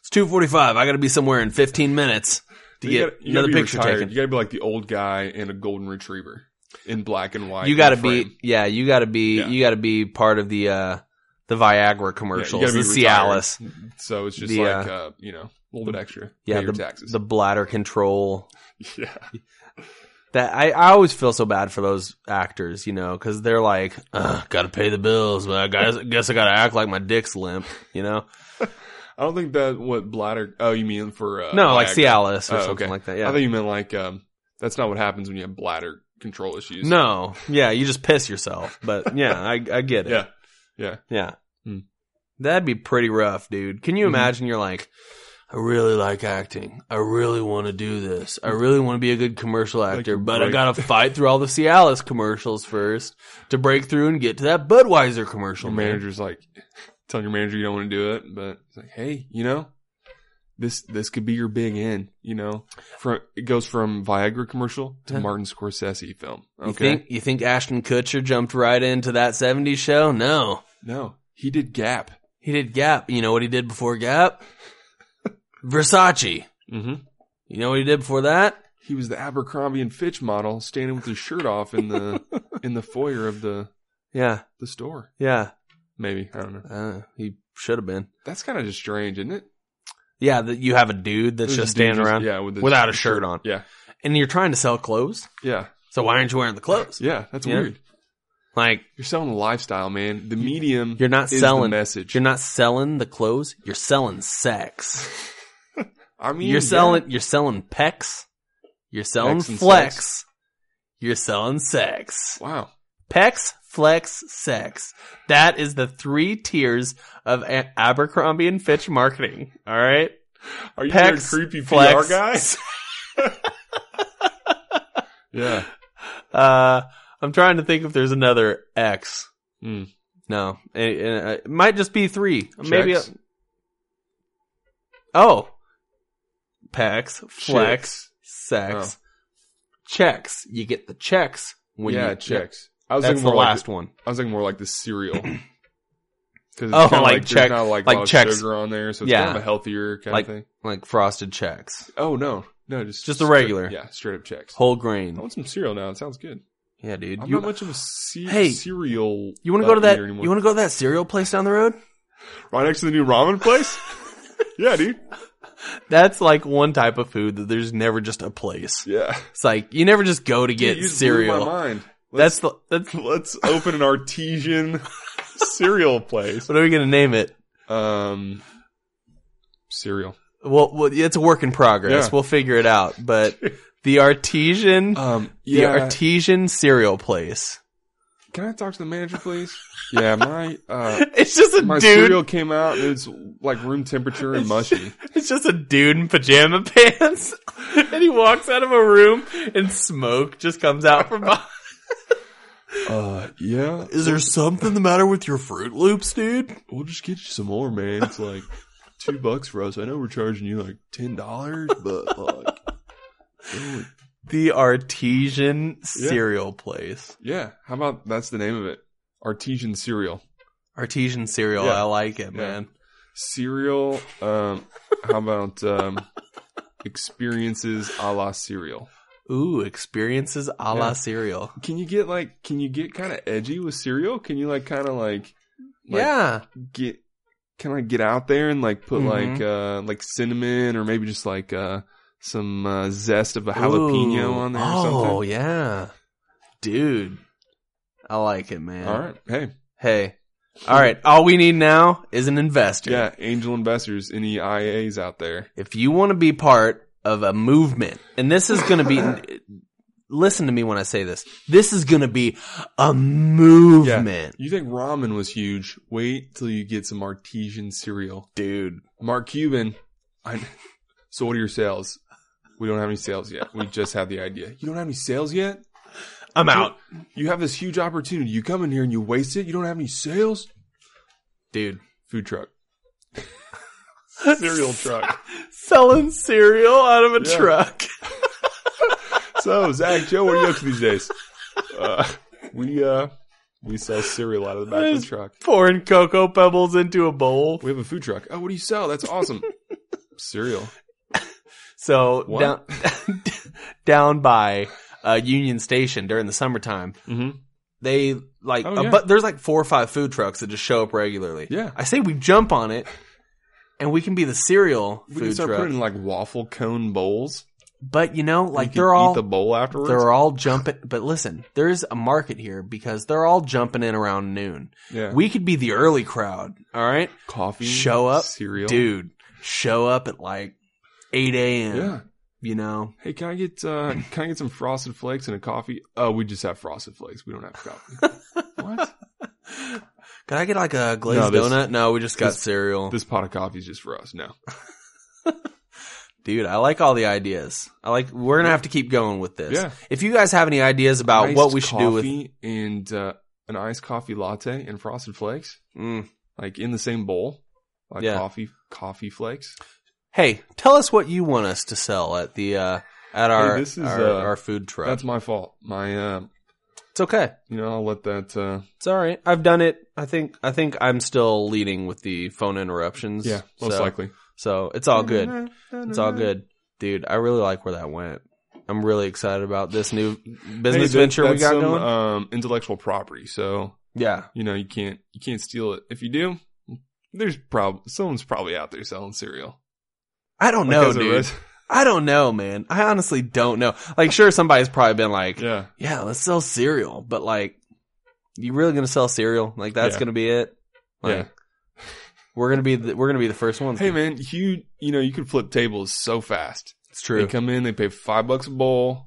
Speaker 1: it's two forty-five. I got to be somewhere in fifteen minutes to
Speaker 2: You
Speaker 1: get
Speaker 2: gotta- you gotta
Speaker 1: another
Speaker 2: be
Speaker 1: picture
Speaker 2: retired. You
Speaker 1: taken.
Speaker 2: gotta be like the old guy and a golden retriever in black and white.
Speaker 1: You got to
Speaker 2: in
Speaker 1: be,
Speaker 2: frame.
Speaker 1: yeah, you got to be,
Speaker 2: Yeah.
Speaker 1: you got to be part of the uh the Viagra
Speaker 2: Yeah, you
Speaker 1: commercials,
Speaker 2: gotta
Speaker 1: the
Speaker 2: be retired.
Speaker 1: Cialis,
Speaker 2: So it's just
Speaker 1: The,
Speaker 2: like uh, you know a little bit extra.
Speaker 1: yeah,
Speaker 2: Pay your taxes.
Speaker 1: the bladder control.
Speaker 2: yeah,
Speaker 1: that I, I always feel so bad for those actors, you know, because they're like, Ugh, gotta pay the bills, but I guess, guess I gotta act like my dick's limp, you know?
Speaker 2: I don't think that what bladder. Oh, you mean for uh,
Speaker 1: No, like
Speaker 2: Viagra.
Speaker 1: Cialis or
Speaker 2: Oh,
Speaker 1: something
Speaker 2: okay.
Speaker 1: like that. Yeah.
Speaker 2: I thought you meant like um, that's not what happens when you have bladder control issues.
Speaker 1: no, yeah, you just piss yourself. But yeah, I, I get it.
Speaker 2: Yeah. Yeah.
Speaker 1: Yeah.
Speaker 2: Hmm.
Speaker 1: That'd be pretty rough, dude. Can you
Speaker 2: Mhm.
Speaker 1: imagine you're like, I really like acting. I really want to do this. I really want to be a good commercial actor,
Speaker 2: Mm-hmm. Like,
Speaker 1: but I
Speaker 2: right-
Speaker 1: got to fight through all the Cialis commercials first to break through and get to that Budweiser commercial,
Speaker 2: Your
Speaker 1: man.
Speaker 2: manager's like telling your manager you don't want to do it, but it's like, hey, you know, this this could be your big end. You know, from it goes from Viagra commercial to
Speaker 1: Huh.
Speaker 2: Martin Scorsese film. Okay,
Speaker 1: You think you think Ashton Kutcher jumped right into that 70s show? No.
Speaker 2: no, he did Gap.
Speaker 1: He did Gap. You know what he did before Gap? Versace.
Speaker 2: Mm-hmm.
Speaker 1: You know what he did before that?
Speaker 2: He was the Abercrombie and Fitch model standing with his shirt off in the in the foyer of the
Speaker 1: Yeah.
Speaker 2: the store.
Speaker 1: Yeah.
Speaker 2: Maybe I don't know.
Speaker 1: Uh, he should have been.
Speaker 2: That's kind of just strange, isn't it?
Speaker 1: Yeah, that you have a dude that's
Speaker 2: There's
Speaker 1: just
Speaker 2: a dude
Speaker 1: standing around
Speaker 2: yeah, with his-
Speaker 1: without a shirt on,
Speaker 2: Yeah,
Speaker 1: and you're trying to sell clothes.
Speaker 2: yeah,
Speaker 1: So why aren't you wearing the clothes?
Speaker 2: yeah. That's
Speaker 1: Yeah.
Speaker 2: weird.
Speaker 1: Like
Speaker 2: You're selling a lifestyle, man. The medium
Speaker 1: you're not
Speaker 2: is
Speaker 1: selling.
Speaker 2: the message.
Speaker 1: You're not selling the clothes. You're selling sex.
Speaker 2: I mean,
Speaker 1: You're
Speaker 2: yeah.
Speaker 1: selling. You're selling pecs. You're selling
Speaker 2: Pecs and
Speaker 1: flex. You're selling sex.
Speaker 2: Wow.
Speaker 1: Pecs, flex, sex. That is the three tiers of A- Abercrombie and Fitch marketing. All right.
Speaker 2: Are you a
Speaker 1: Pecs,
Speaker 2: creepy
Speaker 1: flex,
Speaker 2: PR guy? Yeah.
Speaker 1: Uh, I'm trying to think if there's another X.
Speaker 2: Mm.
Speaker 1: No, it, it, it might just be three. Maybe. A,
Speaker 2: Checks.
Speaker 1: oh, pecs, flex,
Speaker 2: Oh.
Speaker 1: sex, checks. You get the checks when
Speaker 2: yeah,
Speaker 1: you
Speaker 2: checks. I was
Speaker 1: That's
Speaker 2: thinking
Speaker 1: the
Speaker 2: more
Speaker 1: last
Speaker 2: Like,
Speaker 1: one.
Speaker 2: I was thinking more like the cereal. Because
Speaker 1: Oh, like check-
Speaker 2: not like,
Speaker 1: like
Speaker 2: a lot of
Speaker 1: checks.
Speaker 2: sugar on there, so it's
Speaker 1: Yeah.
Speaker 2: kind of a healthier kind
Speaker 1: Like-
Speaker 2: of thing.
Speaker 1: Like frosted checks,
Speaker 2: Oh no, no, just
Speaker 1: Just the
Speaker 2: straight-
Speaker 1: regular.
Speaker 2: yeah, straight up checks.
Speaker 1: whole
Speaker 2: I
Speaker 1: grain.
Speaker 2: want some cereal now. It sounds good.
Speaker 1: Yeah, dude.
Speaker 2: I'm
Speaker 1: you
Speaker 2: not much of a ce-
Speaker 1: Hey,
Speaker 2: cereal.
Speaker 1: you want to go to
Speaker 2: uh,
Speaker 1: that?
Speaker 2: eater anymore.
Speaker 1: You want to go to that cereal place down the road?
Speaker 2: right next to the new ramen place? yeah, dude.
Speaker 1: That's like one type of food that there's never just a place.
Speaker 2: Yeah.
Speaker 1: It's like you never just go to
Speaker 2: Dude,
Speaker 1: get
Speaker 2: you just blew My
Speaker 1: cereal.
Speaker 2: mind.
Speaker 1: That's the that's
Speaker 2: Let's open an artesian cereal place.
Speaker 1: what are we gonna name it?
Speaker 2: Um, cereal.
Speaker 1: Well, well, it's a work in progress.
Speaker 2: Yeah.
Speaker 1: We'll figure it out. But the artesian,
Speaker 2: Um,
Speaker 1: the artesian cereal place.
Speaker 2: Can I talk to the manager, please? yeah, my uh,
Speaker 1: It's just a
Speaker 2: my
Speaker 1: dude.
Speaker 2: cereal came out. and It's like room temperature and mushy.
Speaker 1: It's just a dude in pajama pants, and he walks out of a room, and smoke just comes out from behind.
Speaker 2: Uh, yeah,
Speaker 1: Is there something the matter with your Fruit Loops, dude?
Speaker 2: we'll just get you some more, man. It's like two bucks for us. I know we're charging you like ten dollars, but like, ooh,
Speaker 1: The artesian cereal place.
Speaker 2: yeah. How about that's the name of it? Artesian cereal.
Speaker 1: Artesian cereal.
Speaker 2: Yeah.
Speaker 1: I like it,
Speaker 2: Yeah.
Speaker 1: man.
Speaker 2: cereal. Um, how about um, experiences a la cereal?
Speaker 1: Ooh, experiences a la
Speaker 2: Yeah.
Speaker 1: cereal.
Speaker 2: Can you get like? Can you get kind of edgy with cereal? Can you like kind of like, like,
Speaker 1: yeah.
Speaker 2: get can I get out there and like put
Speaker 1: Mhm.
Speaker 2: like uh like cinnamon or maybe just like uh some uh, zest of a jalapeno
Speaker 1: Ooh.
Speaker 2: on there or
Speaker 1: Oh
Speaker 2: something?
Speaker 1: yeah, dude, I like it, man.
Speaker 2: All right, hey,
Speaker 1: Hey, all right. All we need now is an investor.
Speaker 2: yeah, angel investors, any IAs out there?
Speaker 1: If you want to be part of a movement, and this is going to be, listen to me when I say this. This is going to be a movement,
Speaker 2: You think ramen was huge? Wait till you get some artesian cereal.
Speaker 1: dude.
Speaker 2: Mark Cuban. I, so what are your sales? We don't have any sales yet. We just had the idea. You don't have any sales yet?
Speaker 1: I'm out,
Speaker 2: You have this huge opportunity. You come in here and you waste it. You don't have any sales?
Speaker 1: dude.
Speaker 2: Food truck. Cereal truck.
Speaker 1: Selling cereal out of a
Speaker 2: Yeah.
Speaker 1: truck.
Speaker 2: So, Zach, Joe, what are you up to these days? Uh, we, uh, we sell cereal out of the back of the truck.
Speaker 1: Pouring cocoa pebbles into a bowl.
Speaker 2: We have a food truck. Oh, what do you sell? That's awesome. Cereal.
Speaker 1: So
Speaker 2: What?
Speaker 1: down down by uh, Union Station during the summertime,
Speaker 2: Mm-hmm.
Speaker 1: they like
Speaker 2: Oh, yeah.
Speaker 1: but there's like four or five food trucks that just show up regularly.
Speaker 2: Yeah.
Speaker 1: I say we jump on it, and we can be the cereal
Speaker 2: We can
Speaker 1: food
Speaker 2: start
Speaker 1: truck,
Speaker 2: putting in like waffle cone bowls.
Speaker 1: But you know, like
Speaker 2: You can
Speaker 1: they're all
Speaker 2: eat the bowl afterwards.
Speaker 1: they're all jumping. But listen, there's a market here because they're all jumping in around noon.
Speaker 2: yeah,
Speaker 1: We could be the early crowd. All right,
Speaker 2: coffee,
Speaker 1: show up,
Speaker 2: cereal,
Speaker 1: dude. Show up at like eight a.m.
Speaker 2: Yeah.
Speaker 1: You know,
Speaker 2: Hey, can I get uh, can I get some frosted flakes and a coffee? Oh, we just have frosted flakes. We don't have coffee. what?
Speaker 1: can I get like a glazed
Speaker 2: No, this-
Speaker 1: donut? No, we just got
Speaker 2: this-
Speaker 1: cereal,
Speaker 2: This pot of coffee is just for us. No.
Speaker 1: dude. I like all the ideas. I like. We're gonna have to keep going with this.
Speaker 2: Yeah.
Speaker 1: If you guys have any ideas about what
Speaker 2: Iced
Speaker 1: we should do with,
Speaker 2: coffee and uh, an iced coffee latte and frosted flakes,
Speaker 1: Mm.
Speaker 2: like in the same bowl, like
Speaker 1: Yeah.
Speaker 2: coffee coffee flakes.
Speaker 1: hey, tell us what you want us to sell at the uh, at our
Speaker 2: this is,
Speaker 1: our,
Speaker 2: uh,
Speaker 1: our food truck.
Speaker 2: That's my fault. My, uh,
Speaker 1: it's okay.
Speaker 2: you know, I'll let that. Uh,
Speaker 1: It's all right. I've done it. I think I think I'm still leading with the phone interruptions.
Speaker 2: yeah, most
Speaker 1: so,
Speaker 2: likely.
Speaker 1: So it's all good. It's all good, dude. I really like where that went. I'm really excited about this new
Speaker 2: Hey,
Speaker 1: business
Speaker 2: that-
Speaker 1: venture we
Speaker 2: that's
Speaker 1: got
Speaker 2: some,
Speaker 1: going.
Speaker 2: Um, intellectual property. So
Speaker 1: yeah,
Speaker 2: you know you can't you can't steal it. If you do, there's prob someone's probably out there selling cereal.
Speaker 1: I don't
Speaker 2: Like,
Speaker 1: know,
Speaker 2: as a
Speaker 1: Oh, dude.
Speaker 2: res-
Speaker 1: I don't know, man. I honestly don't know. Like, sure, somebody's probably been like, yeah,
Speaker 2: yeah,
Speaker 1: let's sell cereal, but like, you really gonna sell cereal? Like, that's
Speaker 2: Yeah.
Speaker 1: gonna be it? Like,
Speaker 2: yeah.
Speaker 1: we're gonna be the, we're gonna be the first ones.
Speaker 2: Hey man, you you know you could flip tables so fast.
Speaker 1: it's
Speaker 2: They
Speaker 1: true.
Speaker 2: come in, they pay five bucks a bowl,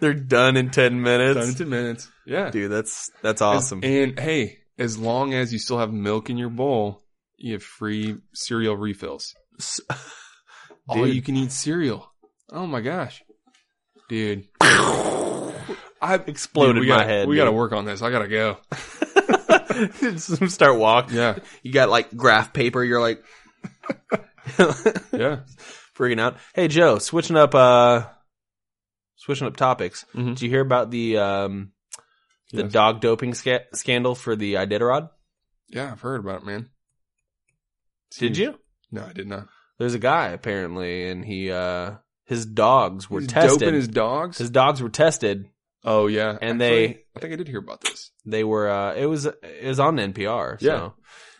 Speaker 1: They're done in ten minutes,
Speaker 2: done in ten minutes. Yeah,
Speaker 1: dude. That's that's
Speaker 2: And-
Speaker 1: awesome.
Speaker 2: and hey, as long as you still have milk in your bowl, you have free cereal refills.
Speaker 1: S-
Speaker 2: all
Speaker 1: Dude.
Speaker 2: you can eat cereal. Oh my gosh, dude! I
Speaker 1: Exploded
Speaker 2: we
Speaker 1: my
Speaker 2: gotta-
Speaker 1: head,
Speaker 2: We got to
Speaker 1: dude.
Speaker 2: work on this. I gotta go.
Speaker 1: Just start walking.
Speaker 2: Yeah,
Speaker 1: You got like graph paper. You're like
Speaker 2: yeah.
Speaker 1: freaking out. Hey Joe, switching up, uh switching up topics.
Speaker 2: Mhm.
Speaker 1: Did you hear about the um the
Speaker 2: Yes.
Speaker 1: dog doping sca- scandal for the Iditarod?
Speaker 2: Yeah, I've heard about it, man.
Speaker 1: Did
Speaker 2: Seems-
Speaker 1: you?
Speaker 2: No, I did not.
Speaker 1: There's a guy apparently, and he uh his dogs were
Speaker 2: He's
Speaker 1: tested.
Speaker 2: doping his
Speaker 1: His-,
Speaker 2: dogs.
Speaker 1: dogs were tested.
Speaker 2: oh yeah,
Speaker 1: And
Speaker 2: Actually,
Speaker 1: they-
Speaker 2: I think I did hear about this.
Speaker 1: They were. uh It was it was on NPR.
Speaker 2: Yeah.
Speaker 1: So.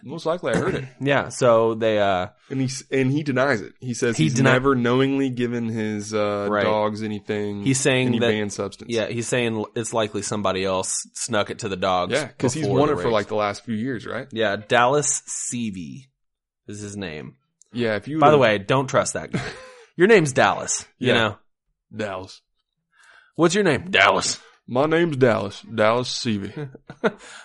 Speaker 2: Most likely, I heard it.
Speaker 1: Yeah, so they uh
Speaker 2: And he s- and he denies it. He says
Speaker 1: He
Speaker 2: he's
Speaker 1: deni-
Speaker 2: never knowingly given his uh,
Speaker 1: Right.
Speaker 2: dogs anything.
Speaker 1: he's saying
Speaker 2: any
Speaker 1: that
Speaker 2: banned substance.
Speaker 1: Yeah, he's saying it's likely somebody else snuck it to the dogs.
Speaker 2: yeah, because he's
Speaker 1: before
Speaker 2: won
Speaker 1: the
Speaker 2: it for
Speaker 1: race.
Speaker 2: like the last few years, right?
Speaker 1: yeah, Dallas Seavey is his name.
Speaker 2: Yeah. If you
Speaker 1: By the
Speaker 2: would've-
Speaker 1: way, don't trust that guy. Your name's Dallas. You
Speaker 2: Yeah.
Speaker 1: know
Speaker 2: Dallas.
Speaker 1: what's your name? Dallas.
Speaker 2: My name's Dallas. Dallas Seavey.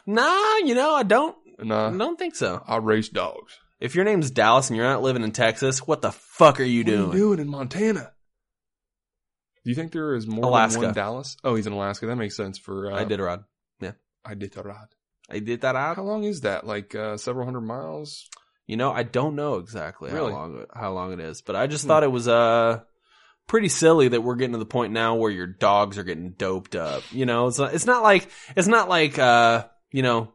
Speaker 1: Nah, you know I don't.
Speaker 2: And I,
Speaker 1: I don't think so.
Speaker 2: I race dogs.
Speaker 1: If your name's Dallas and you're not living in Texas, what the fuck are you
Speaker 2: What are
Speaker 1: doing?
Speaker 2: you doing in Montana? Do you think there is more
Speaker 1: Alaska.
Speaker 2: than one Dallas? Oh, he's in Alaska. That makes sense for uh,
Speaker 1: I did Rod.
Speaker 2: I did the ride.
Speaker 1: I did that
Speaker 2: How
Speaker 1: out.
Speaker 2: long is that? Like uh, several hundred miles?
Speaker 1: You know, I don't know exactly
Speaker 2: Really?
Speaker 1: how long how long it is, but I just
Speaker 2: Hmm.
Speaker 1: thought it was uh pretty silly that we're getting to the point now where your dogs are getting doped up. You know, it's not, it's not like it's not like uh you know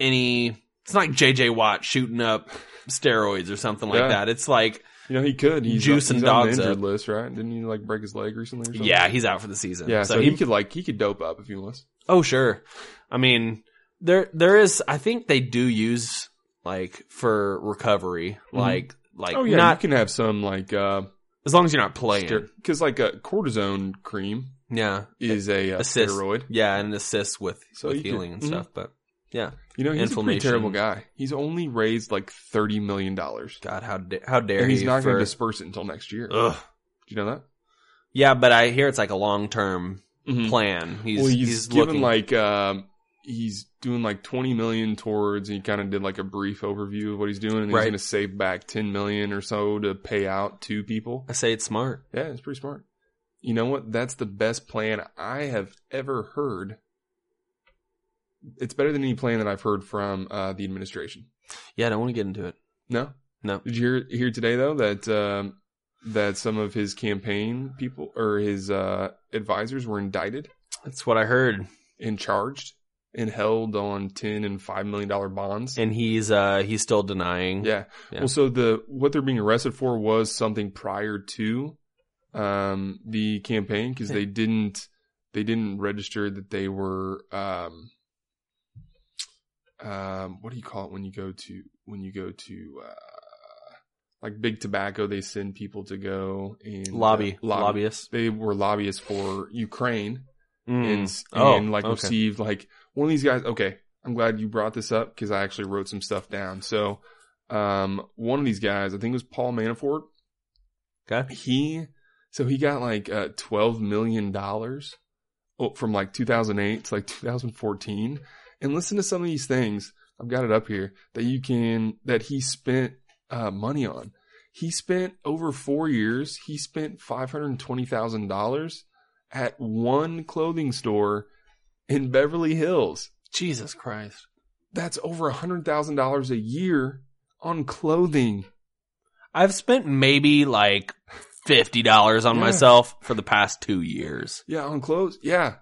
Speaker 1: any it's not like JJ Watt shooting up steroids or something like
Speaker 2: Yeah.
Speaker 1: that. It's like
Speaker 2: You know, he could. He's
Speaker 1: Juicing
Speaker 2: he's on
Speaker 1: dogs
Speaker 2: the injured
Speaker 1: up.
Speaker 2: list, right? Didn't he like break his leg recently? Or something?
Speaker 1: yeah, he's out for the season.
Speaker 2: yeah. So, he, could like he could dope up if he wants.
Speaker 1: Oh sure. I mean, there there is I think they do use like for recovery,
Speaker 2: Mhm.
Speaker 1: like like
Speaker 2: oh yeah,
Speaker 1: not
Speaker 2: you can have some like uh,
Speaker 1: as long as you're not playing.
Speaker 2: because like a cortisone cream
Speaker 1: yeah.
Speaker 2: is a, uh
Speaker 1: Assist.
Speaker 2: steroid.
Speaker 1: Yeah, and assists with,
Speaker 2: So
Speaker 1: with
Speaker 2: you could-
Speaker 1: healing and
Speaker 2: mhm.
Speaker 1: stuff. But yeah,
Speaker 2: You know, he's a pretty
Speaker 1: Inflammation.
Speaker 2: terrible guy. He's only raised like thirty million dollars,
Speaker 1: God, how da- how dare
Speaker 2: and he's
Speaker 1: he
Speaker 2: not going
Speaker 1: for-
Speaker 2: to disperse it until next year.
Speaker 1: Ugh.
Speaker 2: Do you know that?
Speaker 1: Yeah, but I hear it's like a long term
Speaker 2: Mhm.
Speaker 1: plan. He's
Speaker 2: well,
Speaker 1: he's,
Speaker 2: he's, given
Speaker 1: looking
Speaker 2: like um, he's doing like twenty million towards. He kind of did like a brief overview of what he's doing, and
Speaker 1: Right.
Speaker 2: he's going to save back ten million or so to pay out to people.
Speaker 1: I say it's smart.
Speaker 2: Yeah, it's pretty smart. You know what? That's the best plan I have ever heard. It's better than any plan that I've heard from uh, the administration.
Speaker 1: Yeah, I don't want to get into it.
Speaker 2: No,
Speaker 1: No.
Speaker 2: Did you hear, hear today though that um, that some of his campaign people or his uh, advisors were indicted?
Speaker 1: That's what I heard.
Speaker 2: and charged and held on ten and five million dollar bonds.
Speaker 1: And he's uh he's still denying.
Speaker 2: yeah.
Speaker 1: Yeah.
Speaker 2: Well, so the what they're being arrested for was something prior to um, the campaign because they didn't they didn't register that they were um, um, what do you call it when you go to when you go to uh, like big tobacco they send people to go and uh,
Speaker 1: Lobby, lobbyists.
Speaker 2: they were lobbyists for ukraine
Speaker 1: Mm.
Speaker 2: and, s-
Speaker 1: Oh,
Speaker 2: and like
Speaker 1: okay.
Speaker 2: received like one of these guys. Okay, I'm glad you brought this up because I actually wrote some stuff down. So, um, one of these guys, I think it was Paul Manafort.
Speaker 1: Mm. Okay.
Speaker 2: He, so he got like uh, twelve million dollars oh, from like 2008 to like 2014, and listen to some of these things. I've got it up here that you can that he spent uh, money on. He spent over four years. He spent five hundred twenty thousand dollars at one clothing store in Beverly Hills.
Speaker 1: Jesus Christ.
Speaker 2: That's over $100,000 a year on clothing.
Speaker 1: I've spent maybe like fifty dollars on
Speaker 2: Yeah.
Speaker 1: myself for the past two years.
Speaker 2: Yeah, on clothes. Yeah.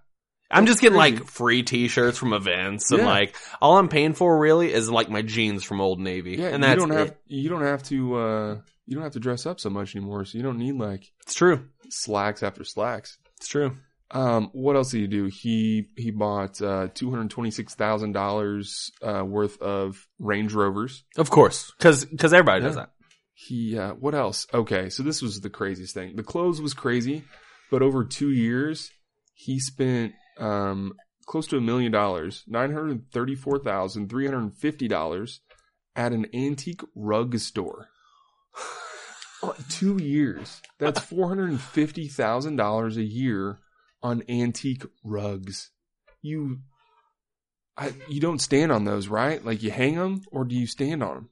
Speaker 1: I'm just getting
Speaker 2: crazy.
Speaker 1: like free T-shirts from events, and
Speaker 2: Yeah.
Speaker 1: like all I'm paying for really is like my jeans from Old Navy,
Speaker 2: Yeah,
Speaker 1: and
Speaker 2: you
Speaker 1: that's
Speaker 2: don't have
Speaker 1: it.
Speaker 2: you don't have to uh you don't have to dress up so much anymore, so you don't need like
Speaker 1: it's true.
Speaker 2: slacks after slacks.
Speaker 1: It's true.
Speaker 2: Um what else did he do? He he bought uh $226,000 uh worth of Range Rovers.
Speaker 1: Of course, because everybody does
Speaker 2: Yeah.
Speaker 1: that.
Speaker 2: He, uh, what else? Okay, so this was the craziest thing. The clothes was crazy, but over two years, he spent um, close to a million dollars, nine hundred thirty-four thousand three hundred fifty dollars, at an antique rug store. two years. That's four hundred fifty thousand dollars a year on antique rugs. You, I, you don't stand on those, right? Like you hang them, or do you stand on them?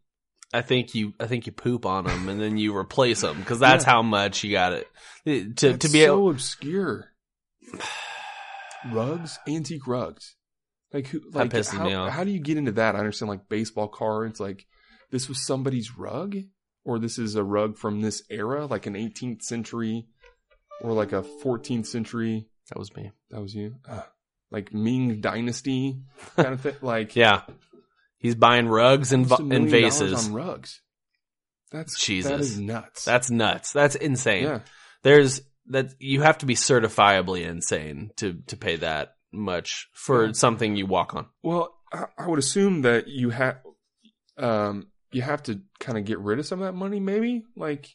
Speaker 1: I think you I think you poop on them and then you replace them because that's how much you got it to to
Speaker 2: That's
Speaker 1: be
Speaker 2: so
Speaker 1: able.
Speaker 2: obscure. Rugs, antique rugs. Like who?
Speaker 1: That
Speaker 2: Like
Speaker 1: pisses
Speaker 2: how,
Speaker 1: me off.
Speaker 2: how do you get into that? I understand like baseball cards. Like this was somebody's rug, or this is a rug from this era, like an 18th century, or like a 14th century.
Speaker 1: That was me.
Speaker 2: That was you. Ugh. like Ming Dynasty kind of thing. Like
Speaker 1: Yeah, he's buying rugs and
Speaker 2: almost a
Speaker 1: va- and
Speaker 2: million dollars
Speaker 1: vases.
Speaker 2: on rugs. That's that
Speaker 1: Jesus.
Speaker 2: is nuts.
Speaker 1: That's nuts. That's insane.
Speaker 2: yeah.
Speaker 1: There's that you have to be certifiably insane to to pay that much for
Speaker 2: Yeah.
Speaker 1: something you walk on.
Speaker 2: Well, I, I would assume that you have, um, you have to kind of get rid of some of that money, maybe like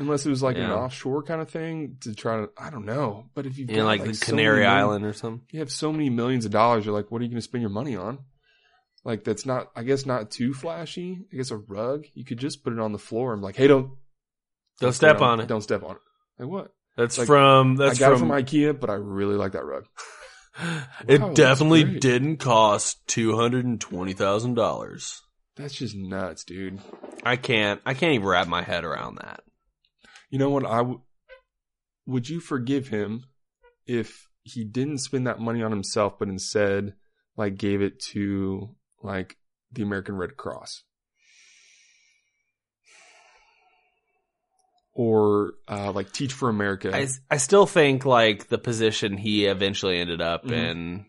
Speaker 2: unless it was like an
Speaker 1: Yeah.
Speaker 2: offshore kind of thing to try to. I don't know, but if you
Speaker 1: You know, like, the Canary Island or something.
Speaker 2: you have so many millions of dollars. You're like, what are you going to spend your money on? Like that's not, I guess, not too flashy. I guess a rug. You could just put it on the floor and be like, hey, don't
Speaker 1: Don't step
Speaker 2: don't-
Speaker 1: on it.
Speaker 2: Don't step on it. Like what?
Speaker 1: That's
Speaker 2: like-
Speaker 1: from
Speaker 2: I
Speaker 1: that's
Speaker 2: got
Speaker 1: from.
Speaker 2: it from IKEA, but I really like that rug.
Speaker 1: it
Speaker 2: Wow, that's
Speaker 1: definitely
Speaker 2: great.
Speaker 1: didn't cost two hundred and twenty thousand dollars.
Speaker 2: That's just nuts, dude.
Speaker 1: I can't. I can't even wrap my head around that.
Speaker 2: You know what? I w- would you forgive him if he didn't spend that money on himself, but instead like gave it to like the American Red Cross or uh, like Teach for America.
Speaker 1: I, I still think like the position he eventually ended up
Speaker 2: Mhm.
Speaker 1: in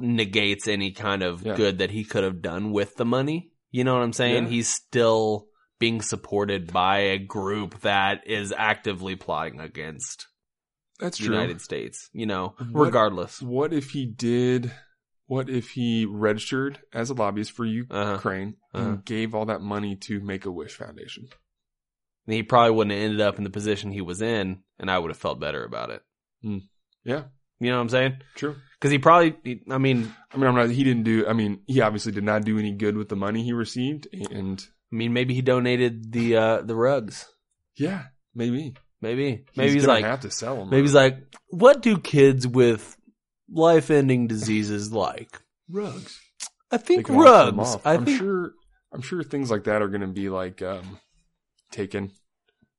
Speaker 1: negates any kind of
Speaker 2: Yeah.
Speaker 1: good that he could have done with the money. You know what I'm saying?
Speaker 2: Yeah.
Speaker 1: He's still being supported by a group that is actively plotting against
Speaker 2: That's
Speaker 1: the
Speaker 2: true.
Speaker 1: United States, you know,
Speaker 2: What-
Speaker 1: regardless.
Speaker 2: What if he did? What if he registered as a lobbyist for Ukraine
Speaker 1: Uh, Uh-huh.
Speaker 2: and gave all that money to Make a Wish Foundation?
Speaker 1: he probably wouldn't have ended up in the position he was in, and I would have felt better about it.
Speaker 2: Mm. Yeah.
Speaker 1: You know what I'm saying?
Speaker 2: True.
Speaker 1: Because he probably, he- I mean,
Speaker 2: I mean, I'm not. He didn't do. I mean, he obviously did not do any good with the money he received, and
Speaker 1: I mean, maybe he donated the uh the rugs.
Speaker 2: yeah, maybe
Speaker 1: Maybe, maybe he's,
Speaker 2: gonna
Speaker 1: like,
Speaker 2: have to sell them.
Speaker 1: Maybe he's like, what do kids with life ending diseases like?
Speaker 2: rugs.
Speaker 1: I
Speaker 2: They
Speaker 1: think
Speaker 2: can auction them
Speaker 1: rugs.
Speaker 2: off.
Speaker 1: I
Speaker 2: I'm
Speaker 1: think
Speaker 2: sure. I'm sure things like that are going to be like um, taken.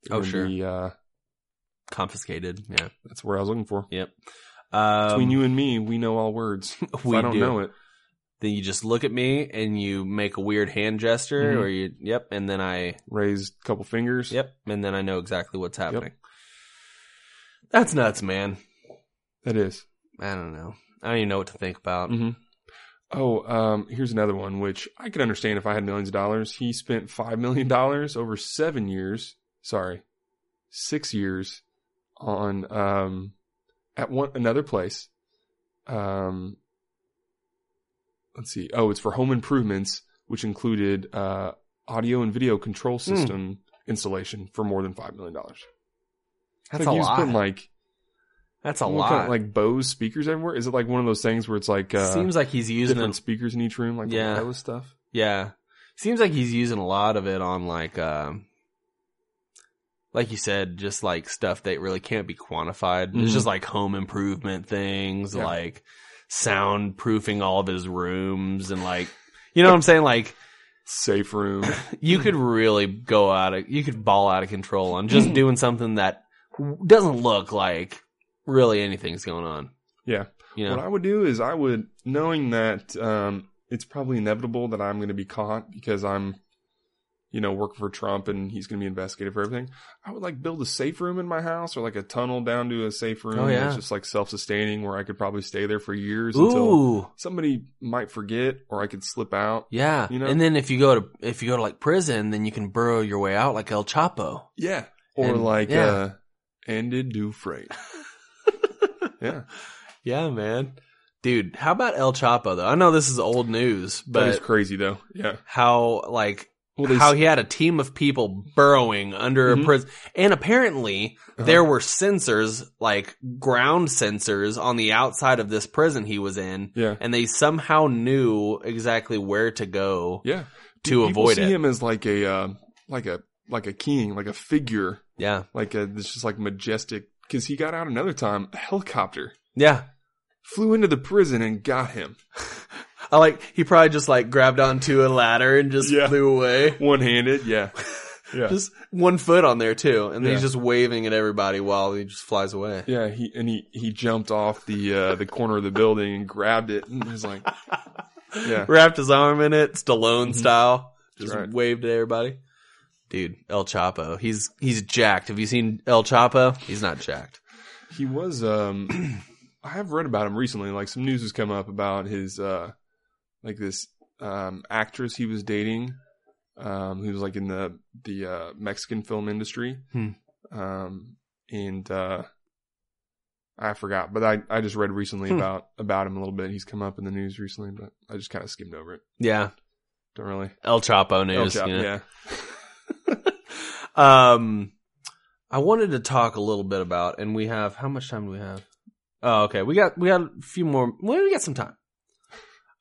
Speaker 2: They're
Speaker 1: Oh,
Speaker 2: gonna
Speaker 1: sure.
Speaker 2: be, uh,
Speaker 1: confiscated. Yeah.
Speaker 2: that's where I was looking for.
Speaker 1: Um,
Speaker 2: Between you and me, we know all words. If
Speaker 1: we
Speaker 2: I don't
Speaker 1: do.
Speaker 2: know it.
Speaker 1: Then you just look at me and you make a weird hand gesture,
Speaker 2: Mhm.
Speaker 1: or you, yep, and then I,
Speaker 2: Raise a couple fingers.
Speaker 1: yep, and then I know exactly what's happening. That's nuts, man.
Speaker 2: That is.
Speaker 1: I don't know. I don't even know what to think about.
Speaker 2: Mhm. Oh, um, here's another one, which I could understand if I had millions of dollars. He spent five million dollars over seven years. Sorry, six years on um, at one another place. Um, let's see.
Speaker 1: Hmm.
Speaker 2: Oh, it's for home improvements, which included uh, audio and video control system installation for more than five million dollars.
Speaker 1: That's
Speaker 2: like
Speaker 1: a
Speaker 2: he was
Speaker 1: lot.
Speaker 2: putting like
Speaker 1: That's a
Speaker 2: what
Speaker 1: lot.
Speaker 2: kind of, like Bose speakers everywhere. Is it like one of those things where it's like uh,
Speaker 1: Seems like he's using
Speaker 2: different
Speaker 1: it.
Speaker 2: speakers in each room, like the
Speaker 1: Yeah.
Speaker 2: wireless stuff?
Speaker 1: Yeah. Seems like he's using a lot of it on like um like you said, just like stuff that really can't be quantified.
Speaker 2: Mhm.
Speaker 1: It's just like home improvement things,
Speaker 2: Yeah.
Speaker 1: like soundproofing all of his rooms and like you know what I'm saying? Like
Speaker 2: Safe room.
Speaker 1: you could really go out of you could ball out of control on just doing something that doesn't look like really anything's going on.
Speaker 2: Yeah.
Speaker 1: You know?
Speaker 2: What I would do is I would, knowing that um, it's probably inevitable that I'm going to be caught because I'm, you know, working for Trump and he's going to be investigated for everything. I would like build a safe room in my house or like a tunnel down to a safe room
Speaker 1: Oh, yeah.
Speaker 2: that's just like self sustaining where I could probably stay there for years until
Speaker 1: Ooh.
Speaker 2: somebody might forget or I could slip out.
Speaker 1: Yeah.
Speaker 2: You know?
Speaker 1: And then if you go to if you go to like prison, then you can burrow your way out like El Chapo.
Speaker 2: Yeah. Or
Speaker 1: And-
Speaker 2: like,
Speaker 1: yeah.
Speaker 2: uh, ended Dufresne. yeah.
Speaker 1: Yeah, man. Dude, how about El Chapo though? I know this is old news,
Speaker 2: that is
Speaker 1: but
Speaker 2: crazy though. Yeah.
Speaker 1: how like
Speaker 2: Well, they,
Speaker 1: how he had a team of people burrowing under
Speaker 2: Mhm.
Speaker 1: a prison, and apparently
Speaker 2: Uh-huh.
Speaker 1: there were sensors, like ground sensors, on the outside of this prison he was in,
Speaker 2: yeah.
Speaker 1: and they somehow knew exactly where to go
Speaker 2: Yeah. People
Speaker 1: to avoid
Speaker 2: see
Speaker 1: it.
Speaker 2: him as like a uh, like a like a king, like a figure,
Speaker 1: Yeah,
Speaker 2: like a it's just like majestic. Because he got out another time, a helicopter
Speaker 1: yeah.
Speaker 2: flew into the prison and got him.
Speaker 1: I like he probably just like grabbed onto a ladder and just
Speaker 2: Yeah.
Speaker 1: flew away.
Speaker 2: One handed, yeah, yeah,
Speaker 1: Just one foot on there too, and then he's
Speaker 2: Yeah.
Speaker 1: just waving at everybody while he just flies away.
Speaker 2: yeah. He and he he jumped off the uh, the corner of the building and grabbed it and was like, yeah,
Speaker 1: Wrapped his arm in it, Stallone
Speaker 2: Mhm.
Speaker 1: style.
Speaker 2: That's
Speaker 1: Just
Speaker 2: right.
Speaker 1: waved at everybody. Dude, El Chapo. He's he's jacked. Have you seen El Chapo? He's not jacked.
Speaker 2: he was. um I have read about him recently. Like some news has come up about his uh like this um actress he was dating um, who's like in the the uh, Mexican film industry,
Speaker 1: Hmm.
Speaker 2: um, and uh, I forgot, but I, I just read recently
Speaker 1: Hmm.
Speaker 2: about about him a little bit. He's come up in the news recently, but I just kind of skimmed over it.
Speaker 1: Yeah.
Speaker 2: Don't really.
Speaker 1: El Chapo
Speaker 2: El
Speaker 1: news.
Speaker 2: Chapo,
Speaker 1: you know.
Speaker 2: yeah.
Speaker 1: Um I wanted to talk a little bit about and we have how much time do we have? Oh, okay. We got we got a few more well, we got some time.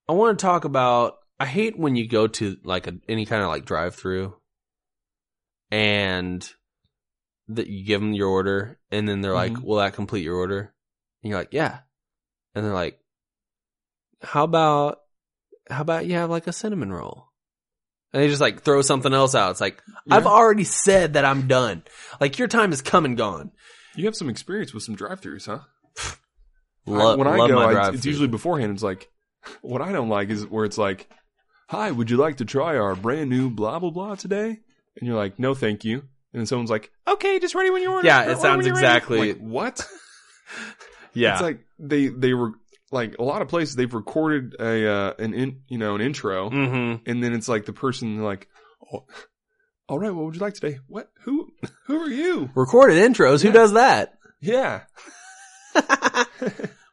Speaker 1: I want to talk about I hate when you go to like a, any kind of like drive through and that you give them your order and then they're
Speaker 2: Mhm.
Speaker 1: like, "Will that complete your order?" And you're like, "Yeah." And they're like, "How about how about you have like a cinnamon roll?" And they just like throw something else out. It's like, I've
Speaker 2: Yeah.
Speaker 1: already said that I'm done. Like your time is come and gone.
Speaker 2: You have some experience with some drive-throughs, huh?
Speaker 1: Lo-
Speaker 2: I- when I
Speaker 1: love
Speaker 2: go,
Speaker 1: my
Speaker 2: I,
Speaker 1: drive
Speaker 2: it's usually beforehand. It's like what I don't like is where it's like, "Hi, would you like to try our brand new blah blah blah today?" And you're like, "No, thank you." And then someone's like, "Okay, just ready when you order."
Speaker 1: Yeah,
Speaker 2: Order
Speaker 1: it
Speaker 2: when
Speaker 1: sounds
Speaker 2: you're ready."
Speaker 1: exactly-
Speaker 2: Like, what.
Speaker 1: yeah,
Speaker 2: It's like they they were like a lot of places they've recorded a uh, an in you know an intro
Speaker 1: mm-hmm.
Speaker 2: and then it's like the person like, oh, all right, what would you like today? What who who are you?
Speaker 1: recorded intros.
Speaker 2: Yeah.
Speaker 1: Who does that?
Speaker 2: Yeah,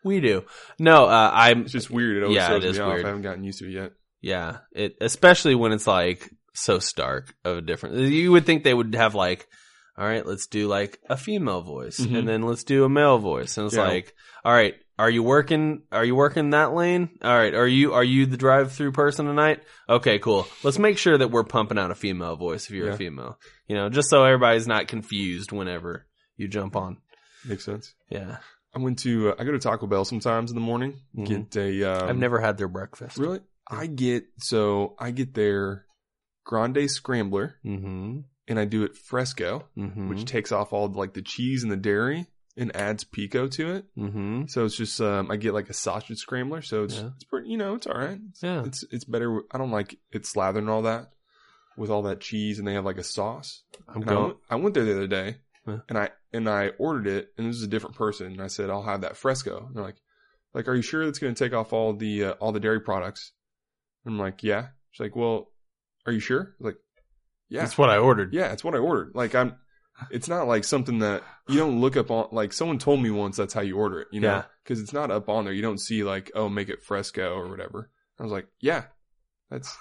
Speaker 1: we do. No, uh, I'm.
Speaker 2: it's just weird. It always
Speaker 1: Yeah,
Speaker 2: throws
Speaker 1: it is
Speaker 2: me off.
Speaker 1: weird.
Speaker 2: I haven't gotten used to it yet.
Speaker 1: Yeah, it especially when it's like so stark of a difference. You would think they would have like, all right, let's do like a female voice,
Speaker 2: Mhm.
Speaker 1: and then let's do a male voice, and it's
Speaker 2: Yeah.
Speaker 1: like, all right, are you working? Are you working that lane? All right, are you are you the drive through person tonight? Okay, cool. Let's make sure that we're pumping out a female voice if you're
Speaker 2: Yeah.
Speaker 1: a female, you know, just so everybody's not confused whenever you jump on.
Speaker 2: Makes sense.
Speaker 1: Yeah,
Speaker 2: I went to uh, I go to Taco Bell sometimes in the morning.
Speaker 1: Mhm.
Speaker 2: Get a um,
Speaker 1: I've never had their breakfast.
Speaker 2: really. I get so I get their grande scrambler
Speaker 1: Mm-hmm.
Speaker 2: and I do it fresco,
Speaker 1: Mm-hmm.
Speaker 2: which takes off all like the cheese and the dairy and adds pico to it.
Speaker 1: mm-hmm.
Speaker 2: So it's just um, I get like a sausage scrambler. So it's
Speaker 1: Yeah.
Speaker 2: it's pretty, you know, it's all right. It's,
Speaker 1: Yeah.
Speaker 2: it's it's better. with- I don't like it slathering all that with all that cheese, and they have like a sauce.
Speaker 1: I'm
Speaker 2: And I,
Speaker 1: going.
Speaker 2: went, I went there the other day,
Speaker 1: Huh.
Speaker 2: and I and I ordered it, and this is a different person. And I said I'll have that fresco. And they're like, like, are you sure that's going to take off all the uh, all the dairy products? And I'm like, yeah. She's like, well, are you sure? I was like, yeah.
Speaker 1: That's what I ordered.
Speaker 2: Yeah, it's what I ordered. Like I'm it's not like something that you don't look up on like someone told me once that's how you order it, you know?
Speaker 1: Yeah.
Speaker 2: Cuz it's not up on there. You don't see like, "Oh, make it fresco" or whatever. I was like, "Yeah. That's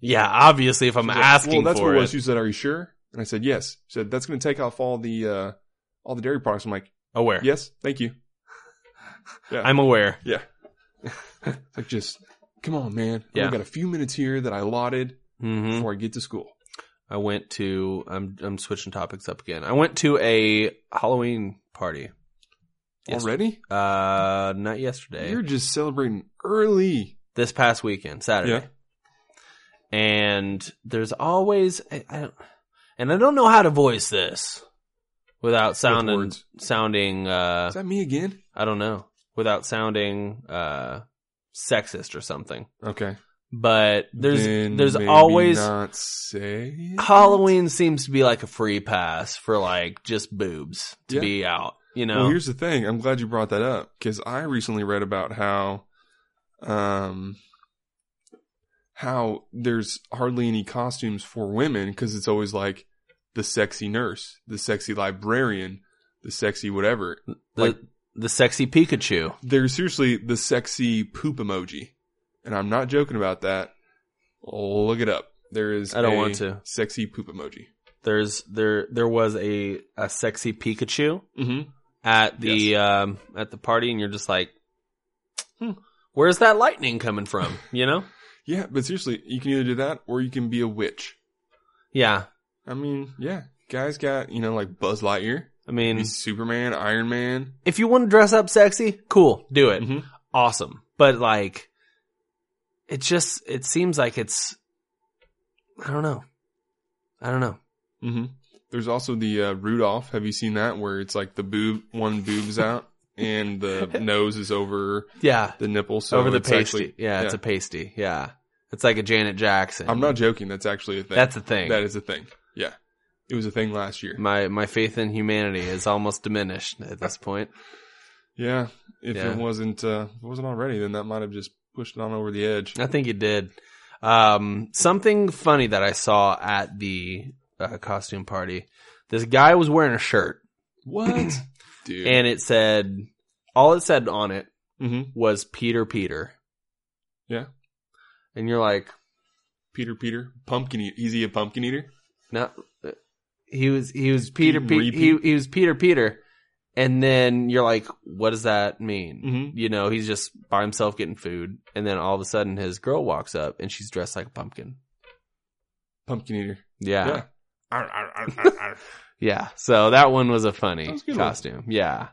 Speaker 1: Yeah, obviously, if I'm
Speaker 2: She's like,
Speaker 1: asking
Speaker 2: well, that's
Speaker 1: for
Speaker 2: what it was.
Speaker 1: it.
Speaker 2: She said, "Are you sure?" And I said, "Yes." She said, "That's going to take off all the uh, all the dairy products." I'm like,
Speaker 1: Aware.
Speaker 2: "Yes, thank you."
Speaker 1: I'm aware.
Speaker 2: Yeah. It's like just come on, man.
Speaker 1: Yeah.
Speaker 2: I've got a few minutes here that I allotted
Speaker 1: hmm
Speaker 2: before I get to school.
Speaker 1: I went to I'm I'm switching topics up again. I went to a Halloween party. Yes.
Speaker 2: Already?
Speaker 1: Uh not yesterday.
Speaker 2: You're just celebrating early.
Speaker 1: This past weekend, Saturday. And there's always I, I don't and I don't know how to voice this without sounding
Speaker 2: words.
Speaker 1: sounding uh
Speaker 2: Is that me again?
Speaker 1: I don't know, without sounding uh sexist or something.
Speaker 2: Okay.
Speaker 1: But there's
Speaker 2: Then
Speaker 1: there's
Speaker 2: maybe
Speaker 1: always
Speaker 2: not say it.
Speaker 1: Halloween seems to be like a free pass for like just boobs to
Speaker 2: Yeah.
Speaker 1: be out, you know.
Speaker 2: Well, here's the thing. I'm glad you brought that up because I recently read about how, um, how there's hardly any costumes for women because it's always like the sexy nurse, the sexy librarian, the sexy whatever.
Speaker 1: the
Speaker 2: like-
Speaker 1: the sexy Pikachu.
Speaker 2: There's seriously the sexy poop emoji, and I'm not joking about that. Look it up. There is
Speaker 1: I don't
Speaker 2: a
Speaker 1: want to.
Speaker 2: sexy poop emoji.
Speaker 1: There's there there was a a sexy Pikachu
Speaker 2: Mm-hmm.
Speaker 1: at the um at the party and you're just like hmm, where's that lightning coming from, you know?
Speaker 2: Yeah, but seriously, you can either do that or you can be a witch.
Speaker 1: yeah.
Speaker 2: I mean, yeah, guys got you know like Buzz Lightyear,
Speaker 1: I mean,
Speaker 2: He's Superman, Iron Man.
Speaker 1: if you want to dress up sexy, cool, do it.
Speaker 2: Mhm.
Speaker 1: Awesome. But like it just it seems like it's I don't know. I don't know.
Speaker 2: hmm There's also the uh, Rudolph. Have you seen that? Where it's like the boob, one boob's out and the nose is over
Speaker 1: Yeah.
Speaker 2: the nipple. So
Speaker 1: over the
Speaker 2: it's
Speaker 1: pasty.
Speaker 2: actually-
Speaker 1: yeah, it's a pasty. Yeah. It's like a Janet Jackson.
Speaker 2: I'm not joking. That's actually a thing.
Speaker 1: That's a thing.
Speaker 2: That is a thing. Yeah, it was a thing last year.
Speaker 1: my my faith in humanity is almost diminished at this point.
Speaker 2: Yeah, if
Speaker 1: Yeah.
Speaker 2: it wasn't uh, if it wasn't already, then that might have just pushed it on over the edge.
Speaker 1: I think you did. Um, something funny that I saw at the uh, costume party. This guy was wearing a shirt,
Speaker 2: What, dude?
Speaker 1: and it said all it said on it
Speaker 2: Mhm.
Speaker 1: was Peter Peter.
Speaker 2: Yeah.
Speaker 1: and you're like,
Speaker 2: Peter, Peter, pumpkin eater. Is he a pumpkin eater?
Speaker 1: no, he was he was Peter
Speaker 2: Pete
Speaker 1: Peter
Speaker 2: Repeat.
Speaker 1: he, he was Peter Peter, and then you're like, what does that mean?
Speaker 2: Mm-hmm.
Speaker 1: you know, he's just by himself getting food, and then all of a sudden his girl walks up and she's dressed like a pumpkin.
Speaker 2: Pumpkin eater.
Speaker 1: Yeah. Yeah.
Speaker 2: Yeah. Arr, arr, arr, arr, arr.
Speaker 1: So that one was a funny
Speaker 2: That was a good one.
Speaker 1: costume. Yeah.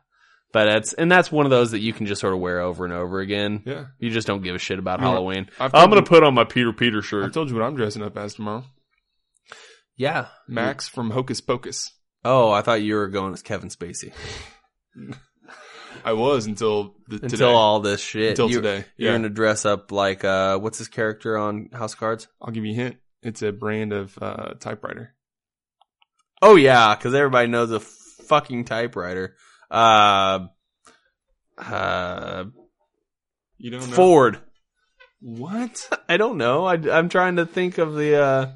Speaker 1: But that's and that's one of those that you can just sort of wear over and over again.
Speaker 2: yeah.
Speaker 1: You just don't give a shit about
Speaker 2: You know,
Speaker 1: Halloween.
Speaker 2: I've
Speaker 1: I'm
Speaker 2: told
Speaker 1: gonna
Speaker 2: you-
Speaker 1: put on my Peter Peter
Speaker 2: I've
Speaker 1: shirt.
Speaker 2: told you what I'm dressing up as tomorrow.
Speaker 1: Yeah.
Speaker 2: Max from Hocus Pocus.
Speaker 1: Oh, I thought you were going as Kevin Spacey.
Speaker 2: I was until the,
Speaker 1: Until
Speaker 2: today.
Speaker 1: all this shit.
Speaker 2: until
Speaker 1: you,
Speaker 2: today.
Speaker 1: You're
Speaker 2: Yeah.
Speaker 1: gonna dress up like uh what's his character on House of Cards?
Speaker 2: I'll give you a hint. It's a brand of uh, typewriter.
Speaker 1: Oh yeah, because everybody knows a fucking typewriter. Uh, uh,
Speaker 2: You don't know
Speaker 1: Ford.
Speaker 2: what
Speaker 1: I don't know. I, am trying to think of the uh,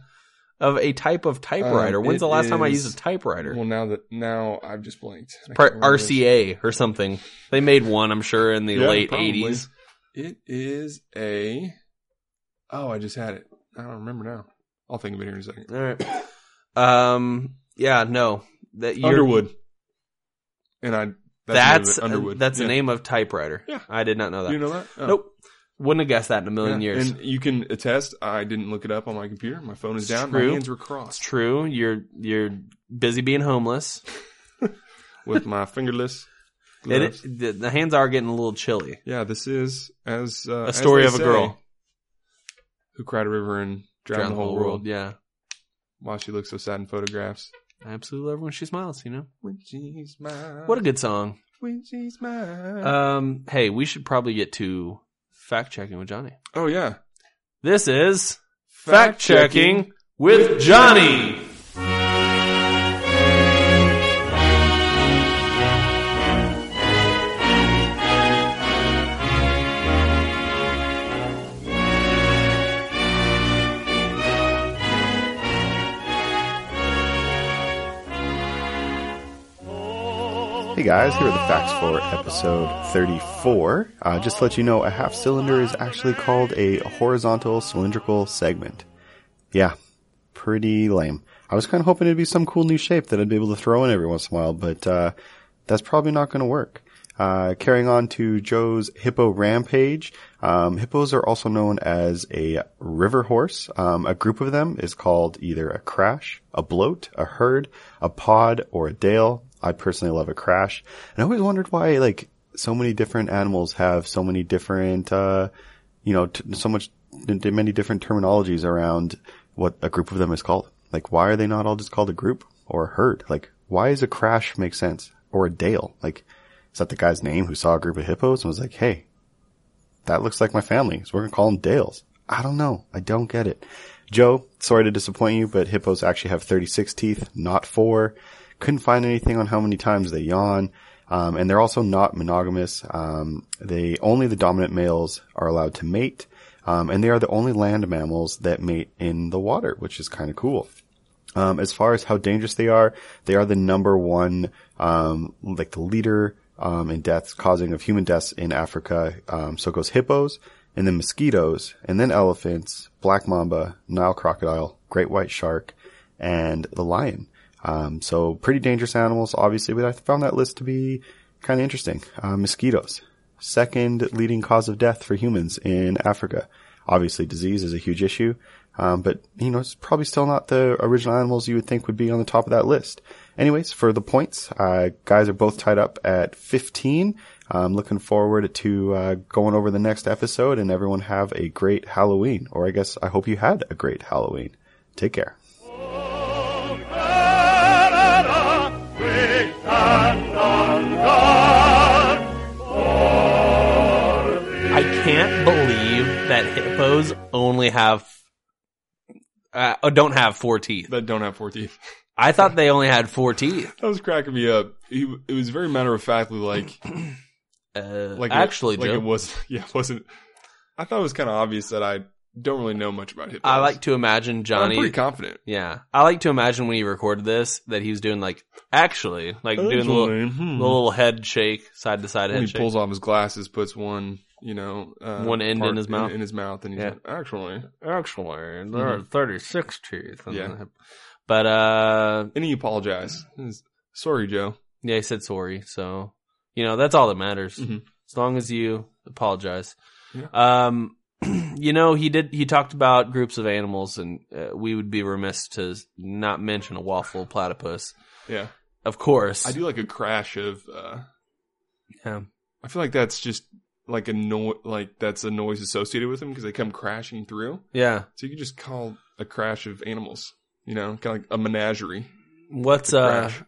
Speaker 1: of a type of typewriter.
Speaker 2: Um,
Speaker 1: When's the
Speaker 2: it
Speaker 1: last time I
Speaker 2: is-
Speaker 1: used a typewriter?
Speaker 2: Well, now that now I've just blanked. I
Speaker 1: Pri-
Speaker 2: can't remember.
Speaker 1: RCA or something. They made one, I'm sure, in the
Speaker 2: Yeah,
Speaker 1: late
Speaker 2: probably.
Speaker 1: 80s.
Speaker 2: It is a. Oh, I just had it. I don't remember now. I'll think of it here in a second.
Speaker 1: All right. Um. Yeah. No. That you're-
Speaker 2: Underwood. And I.
Speaker 1: That's
Speaker 2: the name of it, Underwood.
Speaker 1: that's
Speaker 2: yeah.
Speaker 1: the name of typewriter.
Speaker 2: Yeah.
Speaker 1: I did not know that.
Speaker 2: Do you know that? Oh.
Speaker 1: Nope. Wouldn't have guessed that in a million
Speaker 2: Yeah,
Speaker 1: years.
Speaker 2: And you can attest, I didn't look it up on my computer. My phone is
Speaker 1: It's
Speaker 2: down.
Speaker 1: true.
Speaker 2: My hands were
Speaker 1: It's
Speaker 2: crossed
Speaker 1: true. You're you're busy being homeless.
Speaker 2: with my fingerless.
Speaker 1: It-
Speaker 2: gloves.
Speaker 1: the, the hands are getting a little chilly.
Speaker 2: yeah, this is as uh, as
Speaker 1: story
Speaker 2: they
Speaker 1: of a
Speaker 2: say,
Speaker 1: girl.
Speaker 2: who cried a river and drowned, the whole world.
Speaker 1: Yeah,
Speaker 2: Why she looks so sad in photographs.
Speaker 1: I absolutely love her when she smiles. You know,
Speaker 2: When she's mine.
Speaker 1: what a good song.
Speaker 2: when she's mine.
Speaker 1: Um, hey, we should probably get to fact checking with Johnny.
Speaker 2: oh yeah,
Speaker 1: This is fact checking with Johnny.
Speaker 3: Hey guys, here are the facts for episode 34. Uh, just to let you know, a half cylinder is actually called a horizontal cylindrical segment. Yeah, pretty lame. I was kind of hoping it'd be some cool new shape that I'd be able to throw in every once in a while, but uh, that's probably not going to work. Uh, carrying on to Joe's hippo rampage. Um, hippos are also known as a river horse. Um, a group of them is called either a crash, a bloat, a herd, a pod, or a dale. I personally love a crash, and I always wondered why like so many different animals have so many different, uh, you know, t- so much d- many different terminologies around what a group of them is called. Like, why are they not all just called a group or a herd? Like, why does a crash make sense or a dale? Like, is that the guy's name who saw a group of hippos and was like, hey, that looks like my family, so we're gonna call them Dales. I don't know. I don't get it. Joe, sorry to disappoint you, but hippos actually have 36 teeth, not four. Couldn't find anything on how many times they yawn. Um, and they're also not monogamous. Um, they only the dominant males are allowed to mate, um, and they are the only land mammals that mate in the water, which is kind of cool. Um, as far as how dangerous they are, they are the number one, um, like the leader um, in deaths, causing of human deaths in Africa. Um, so it goes hippos, and then mosquitoes, and then elephants, black mamba, Nile crocodile, great white shark, and the lion. Um, so pretty dangerous animals, obviously, but I found that list to be kind of interesting. Uh, mosquitoes, second leading cause of death for humans in Africa. Obviously, disease is a huge issue, um, but you know it's probably still not the original animals you would think would be on the top of that list. Anyways, for the points, uh, guys are both tied up at 15. I'm looking forward to uh, going over the next episode, and everyone have a great Halloween, or I guess I hope you had a great Halloween. Take care.
Speaker 1: I can't believe that hippos only have uh, oh, don't have four teeth.
Speaker 2: that don't have four teeth.
Speaker 1: I thought they only had four teeth.
Speaker 2: That was cracking me up. He, it was very matter of factly, like
Speaker 1: Uh,
Speaker 2: like it-
Speaker 1: actually,
Speaker 2: like
Speaker 1: Joe,
Speaker 2: it was. Yeah, it wasn't. I thought it was kind of obvious that I don't really know much about hippos.
Speaker 1: I like to imagine
Speaker 2: I'm
Speaker 1: Johnny.
Speaker 2: pretty confident.
Speaker 1: yeah, I like to imagine when he recorded this that he was doing like actually like doing the little, the little head shake, side to side
Speaker 2: Hmm. When
Speaker 1: head
Speaker 2: he
Speaker 1: shake.
Speaker 2: pulls off his glasses, puts one, you know, uh,
Speaker 1: One end in
Speaker 2: part
Speaker 1: his mouth?
Speaker 2: in, his mouth, and he's
Speaker 1: Yeah.
Speaker 2: like, actually,
Speaker 1: actually, there
Speaker 2: are
Speaker 1: thirty six teeth.
Speaker 2: in the
Speaker 1: but uh,
Speaker 2: and he apologized. He's, Sorry, Joe.
Speaker 1: yeah, he said sorry. So you know that's all that matters.
Speaker 2: Mhm.
Speaker 1: As long as you apologize.
Speaker 2: Yeah.
Speaker 1: Um, you know he did. He talked about groups of animals, and uh, we would be remiss to not mention a waffle platypus.
Speaker 2: Yeah,
Speaker 1: Of course,
Speaker 2: I do like a crash of. uh
Speaker 1: Yeah.
Speaker 2: I feel like that's just like a noise. Like that's a noise associated with them because they come crashing through.
Speaker 1: Yeah.
Speaker 2: So you can just call a crash of animals. You know, kind of like a menagerie.
Speaker 1: What's
Speaker 2: The
Speaker 1: uh
Speaker 2: crash.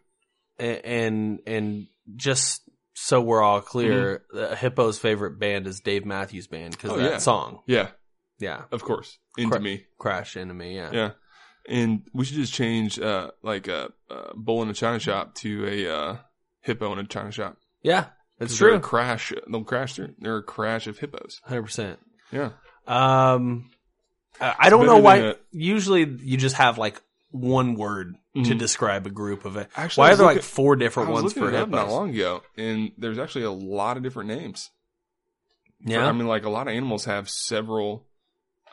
Speaker 1: a- and and just so we're all clear, uh, Hippo's favorite band is Dave Matthews Band because
Speaker 2: Mm-hmm. Oh,
Speaker 1: that
Speaker 2: yeah.
Speaker 1: song.
Speaker 2: Yeah,
Speaker 1: Yeah.
Speaker 2: of course. Into
Speaker 1: Cra-
Speaker 2: me.
Speaker 1: Crash Enemy, yeah.
Speaker 2: Yeah. And we should just change uh like a, a bowl in a china shop to a uh hippo in a china shop.
Speaker 1: Yeah, it's
Speaker 2: They're a
Speaker 1: true.
Speaker 2: Crash they'll crash through. They're a crash of hippos.
Speaker 1: 100%.
Speaker 2: Yeah.
Speaker 1: Um I I don't
Speaker 2: better
Speaker 1: know
Speaker 2: than
Speaker 1: why
Speaker 2: a-
Speaker 1: usually you just have like one word to
Speaker 2: Mhm.
Speaker 1: describe a group of it.
Speaker 2: Actually, I
Speaker 1: Mm-hmm. Why are
Speaker 2: was
Speaker 1: there
Speaker 2: looking-
Speaker 1: like four
Speaker 2: I
Speaker 1: different
Speaker 2: was
Speaker 1: ones
Speaker 2: looking
Speaker 1: for
Speaker 2: it up not
Speaker 1: hippos?
Speaker 2: long ago, and there's actually a lot of different names. For-
Speaker 1: Yeah.
Speaker 2: I mean, like a lot of animals have several.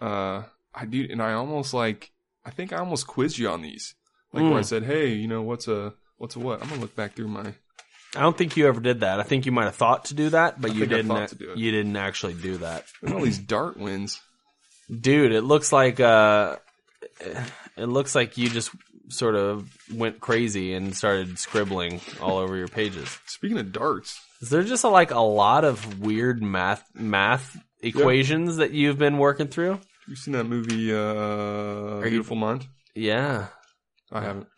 Speaker 2: uh I do, and I almost like. I think I almost quizzed you on these. Like where I
Speaker 1: Mm.
Speaker 2: said, "Hey, you know what's a what's a what?" I'm gonna look back through my.
Speaker 1: I don't think you ever did that. I think you might have thought to do that, but
Speaker 2: I
Speaker 1: you
Speaker 2: think I
Speaker 1: didn't
Speaker 2: thought
Speaker 1: a-
Speaker 2: to do it.
Speaker 1: you didn't actually do that.
Speaker 2: Look at all these dart wins.
Speaker 1: Dude, it looks like uh it looks like you just sort of went crazy and started scribbling all over your pages.
Speaker 2: Speaking of darts,
Speaker 1: Is there just like a lot of weird math math equations that you've been working through?
Speaker 2: have you seen that movie uh,
Speaker 1: you-
Speaker 2: Beautiful Mind?
Speaker 1: Yeah.
Speaker 2: I haven't.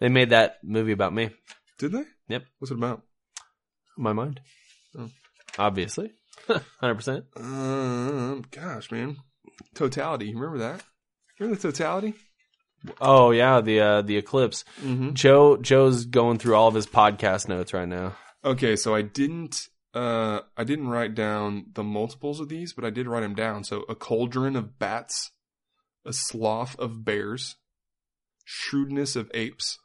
Speaker 1: They made that movie about me.
Speaker 2: Did they?
Speaker 1: Yep.
Speaker 2: What's it about?
Speaker 1: My mind.
Speaker 2: Oh.
Speaker 1: Obviously. 100%.
Speaker 2: Um, gosh, man, totality. You remember that? Remember the totality?
Speaker 1: Oh yeah, the uh, the eclipse.
Speaker 2: Mm-hmm.
Speaker 1: Joe Joe's going through all of his podcast notes right now.
Speaker 2: Okay, so I didn't uh I didn't write down the multiples of these, but I did write them down. So a cauldron of bats, a sloth of bears, shrewdness of apes.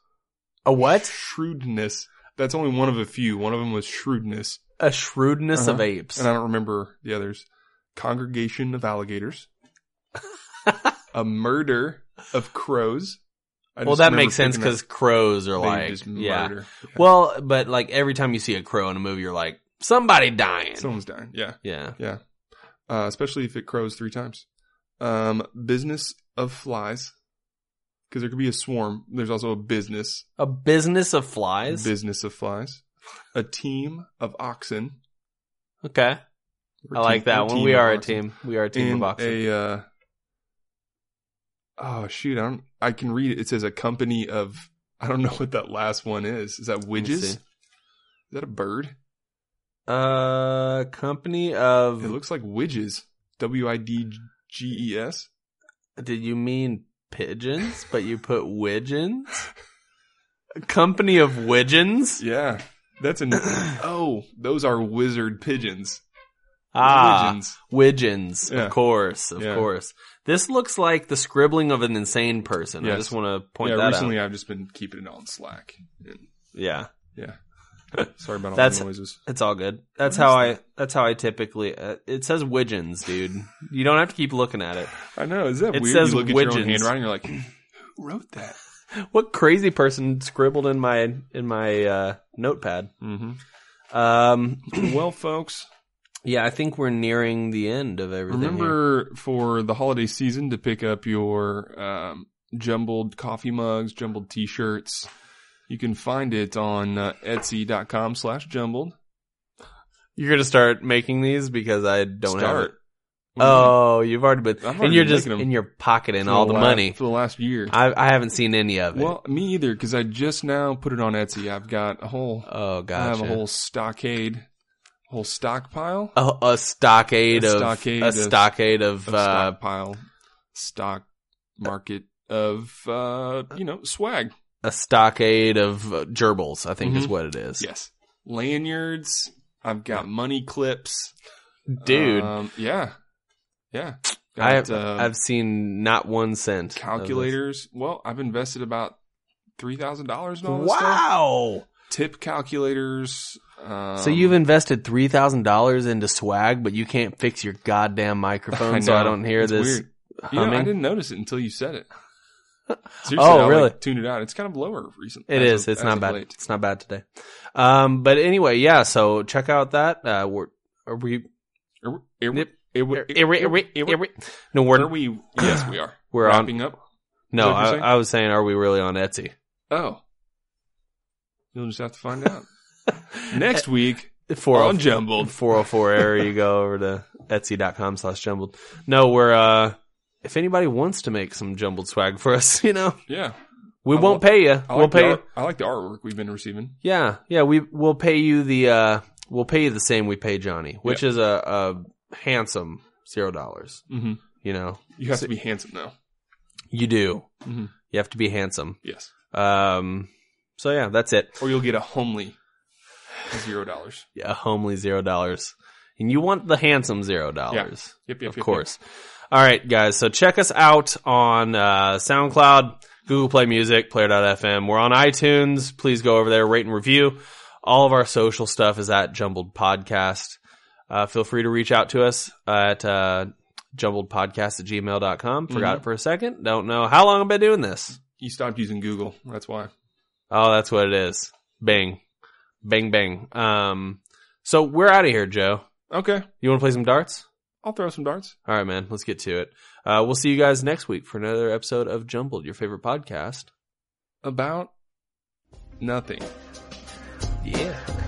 Speaker 1: A what?
Speaker 2: Shrewdness. That's only one of a few. One of them was shrewdness,
Speaker 1: A shrewdness of
Speaker 2: Uh-huh.
Speaker 1: apes.
Speaker 2: and I don't remember the others. Congregation of alligators, a murder of crows. I
Speaker 1: well,
Speaker 2: just
Speaker 1: that
Speaker 2: remember
Speaker 1: makes sense
Speaker 2: picking
Speaker 1: because crows are
Speaker 2: up- they
Speaker 1: like,
Speaker 2: just
Speaker 1: yeah.
Speaker 2: murder.
Speaker 1: Well, but like every time you see a crow in a movie, you're like, somebody dying.
Speaker 2: Someone's dying. Yeah.
Speaker 1: yeah.
Speaker 2: Uh, especially if it crows three times. Um, business of flies. Because there could be a swarm. There's also a business.
Speaker 1: A business of flies.
Speaker 2: Business of flies. A team of oxen.
Speaker 1: okay.
Speaker 2: We're
Speaker 1: I
Speaker 2: a
Speaker 1: like
Speaker 2: team-
Speaker 1: that
Speaker 2: we're
Speaker 1: one.
Speaker 2: team
Speaker 1: We
Speaker 2: of
Speaker 1: are a
Speaker 2: oxen.
Speaker 1: team. We are a team
Speaker 2: And
Speaker 1: of boxing.
Speaker 2: a, uh, oh shoot, I don't, I can read it. It says a company of, I don't know what that last one is. Is that
Speaker 1: me
Speaker 2: widges?
Speaker 1: see.
Speaker 2: Is that a bird?
Speaker 1: uh, company
Speaker 2: It
Speaker 1: of.
Speaker 2: looks like widges. W I D G E S.
Speaker 1: did you mean pigeons? but you put widgeons. A company of widgeons.
Speaker 2: Yeah. That's an, oh, those are wizard pigeons.
Speaker 1: Ah,
Speaker 2: Pigeons.
Speaker 1: widgeons.
Speaker 2: Yeah.
Speaker 1: Of course, of
Speaker 2: Yeah.
Speaker 1: course. This looks like the scribbling of an insane person. I
Speaker 2: Yes.
Speaker 1: just want to point
Speaker 2: yeah,
Speaker 1: that
Speaker 2: recently
Speaker 1: out.
Speaker 2: I've just been keeping it on Slack. And-
Speaker 1: Yeah.
Speaker 2: yeah. Sorry about all
Speaker 1: That's-
Speaker 2: the noises.
Speaker 1: It's all good. That's
Speaker 2: What
Speaker 1: how
Speaker 2: is
Speaker 1: I. That's how I typically. Uh, it says widgeons, dude. You don't have to keep looking at it.
Speaker 2: I know. Is that
Speaker 1: It
Speaker 2: weird?
Speaker 1: says
Speaker 2: you look at your own
Speaker 1: widgeons.
Speaker 2: handwriting, you're like, who wrote that?
Speaker 1: What crazy person scribbled in my in my uh, notepad?
Speaker 2: Mm-hmm.
Speaker 1: Um,
Speaker 2: well, folks,
Speaker 1: yeah, I think we're nearing the end of everything. here.
Speaker 2: remember for the holiday season to pick up your um, jumbled coffee mugs, jumbled t-shirts. You can find it on uh, Etsy.com slash jumbled.
Speaker 1: you're gonna start making these because I don't have. It.
Speaker 2: Start.
Speaker 1: Oh, you've already been, Oh,
Speaker 2: I've
Speaker 1: and
Speaker 2: already
Speaker 1: you're
Speaker 2: been
Speaker 1: just
Speaker 2: making 'em
Speaker 1: in your pocket and
Speaker 2: For
Speaker 1: all the
Speaker 2: la-
Speaker 1: money.
Speaker 2: For the last year.
Speaker 1: I I haven't seen any of it.
Speaker 2: well, me either, because I just now put it on Etsy. I've got a whole
Speaker 1: oh,
Speaker 2: I
Speaker 1: gotcha.
Speaker 2: have a whole stockade, whole stockpile,
Speaker 1: a, a stockade
Speaker 2: A
Speaker 1: of
Speaker 2: stockade
Speaker 1: a
Speaker 2: of-
Speaker 1: stockade of,
Speaker 2: of
Speaker 1: uh,
Speaker 2: stockpile, stock market of uh, you know swag.
Speaker 1: a stockade of uh, gerbils. I think is
Speaker 2: Mhm.
Speaker 1: what it is.
Speaker 2: Yes, lanyards. I've got money clips,
Speaker 1: Dude,
Speaker 2: Um, yeah, yeah. Got
Speaker 1: I have,
Speaker 2: uh,
Speaker 1: I've seen not one cent. of this.
Speaker 2: calculators. Well, I've invested about three thousand dollars in all this stuff.
Speaker 1: Wow.
Speaker 2: Tip calculators. Um,
Speaker 1: so you've invested three thousand dollars into swag, but you can't fix your goddamn microphone, so I
Speaker 2: know.
Speaker 1: don't hear
Speaker 2: It's
Speaker 1: this
Speaker 2: weird. You know,
Speaker 1: humming.
Speaker 2: I didn't notice it until you said it. Seriously,
Speaker 1: Oh,
Speaker 2: I, like,
Speaker 1: really?
Speaker 2: tuned it out. It's kind of lower recently.
Speaker 1: It is. it's not bad. It's not bad today. Um, but anyway, yeah. So check out that. Uh, we're are we?
Speaker 2: Are we- are we-
Speaker 1: Yep.
Speaker 2: are we-
Speaker 1: are- are we- are we- are we- No,
Speaker 2: Are
Speaker 1: we're
Speaker 2: we? Yes, we are.
Speaker 1: we're on.
Speaker 2: wrapping up. Is
Speaker 1: No,
Speaker 2: that what you're
Speaker 1: I,
Speaker 2: saying?
Speaker 1: I was saying, are we really on Etsy?
Speaker 2: Oh, you'll just have to find out
Speaker 1: Eh.
Speaker 2: next week
Speaker 1: Four oh
Speaker 2: on Jumbled.
Speaker 1: four oh four error. You go over to Etsy.com slash jumbled. No, we're. uh If anybody wants to make some jumbled swag for us, you know,
Speaker 2: Yeah,
Speaker 1: we
Speaker 2: I
Speaker 1: won't
Speaker 2: will-
Speaker 1: pay you.
Speaker 2: I like
Speaker 1: we'll
Speaker 2: the
Speaker 1: pay. you.
Speaker 2: art- I like the artwork we've been receiving.
Speaker 1: Yeah, yeah, we we'll pay you the uh we'll pay you the same we pay Johnny, which is a, a handsome zero dollars.
Speaker 2: hmm
Speaker 1: You know,
Speaker 2: You have to be handsome though.
Speaker 1: you do.
Speaker 2: Mhm.
Speaker 1: You have to be handsome.
Speaker 2: Yes,
Speaker 1: Um, so yeah, that's it.
Speaker 2: or you'll get a homely zero dollars.
Speaker 1: A homely zero dollars, and you want the handsome zero dollars.
Speaker 2: Yep, yep,
Speaker 1: of course. All right, guys. So check us out on uh, SoundCloud, Google Play Music, Player.fm. We're on iTunes. Please go over there, rate and review. All of our social stuff is at Jumbled Podcast. Uh, feel free to reach out to us at uh, jumbledpodcast at gmail.com.
Speaker 2: Mm-hmm.
Speaker 1: Forgot it for a second. Don't know how long I've been doing this.
Speaker 2: You stopped using Google. That's why.
Speaker 1: Oh, that's what it is. Bang. Bang, bang. Um, so we're out of here, Joe.
Speaker 2: Okay,
Speaker 1: You want to play some darts?
Speaker 2: I'll throw some darts.
Speaker 1: All right, man. Let's get to it. Uh, we'll see you guys next week for another episode of Jumbled, your favorite podcast.
Speaker 2: About nothing.
Speaker 1: Yeah.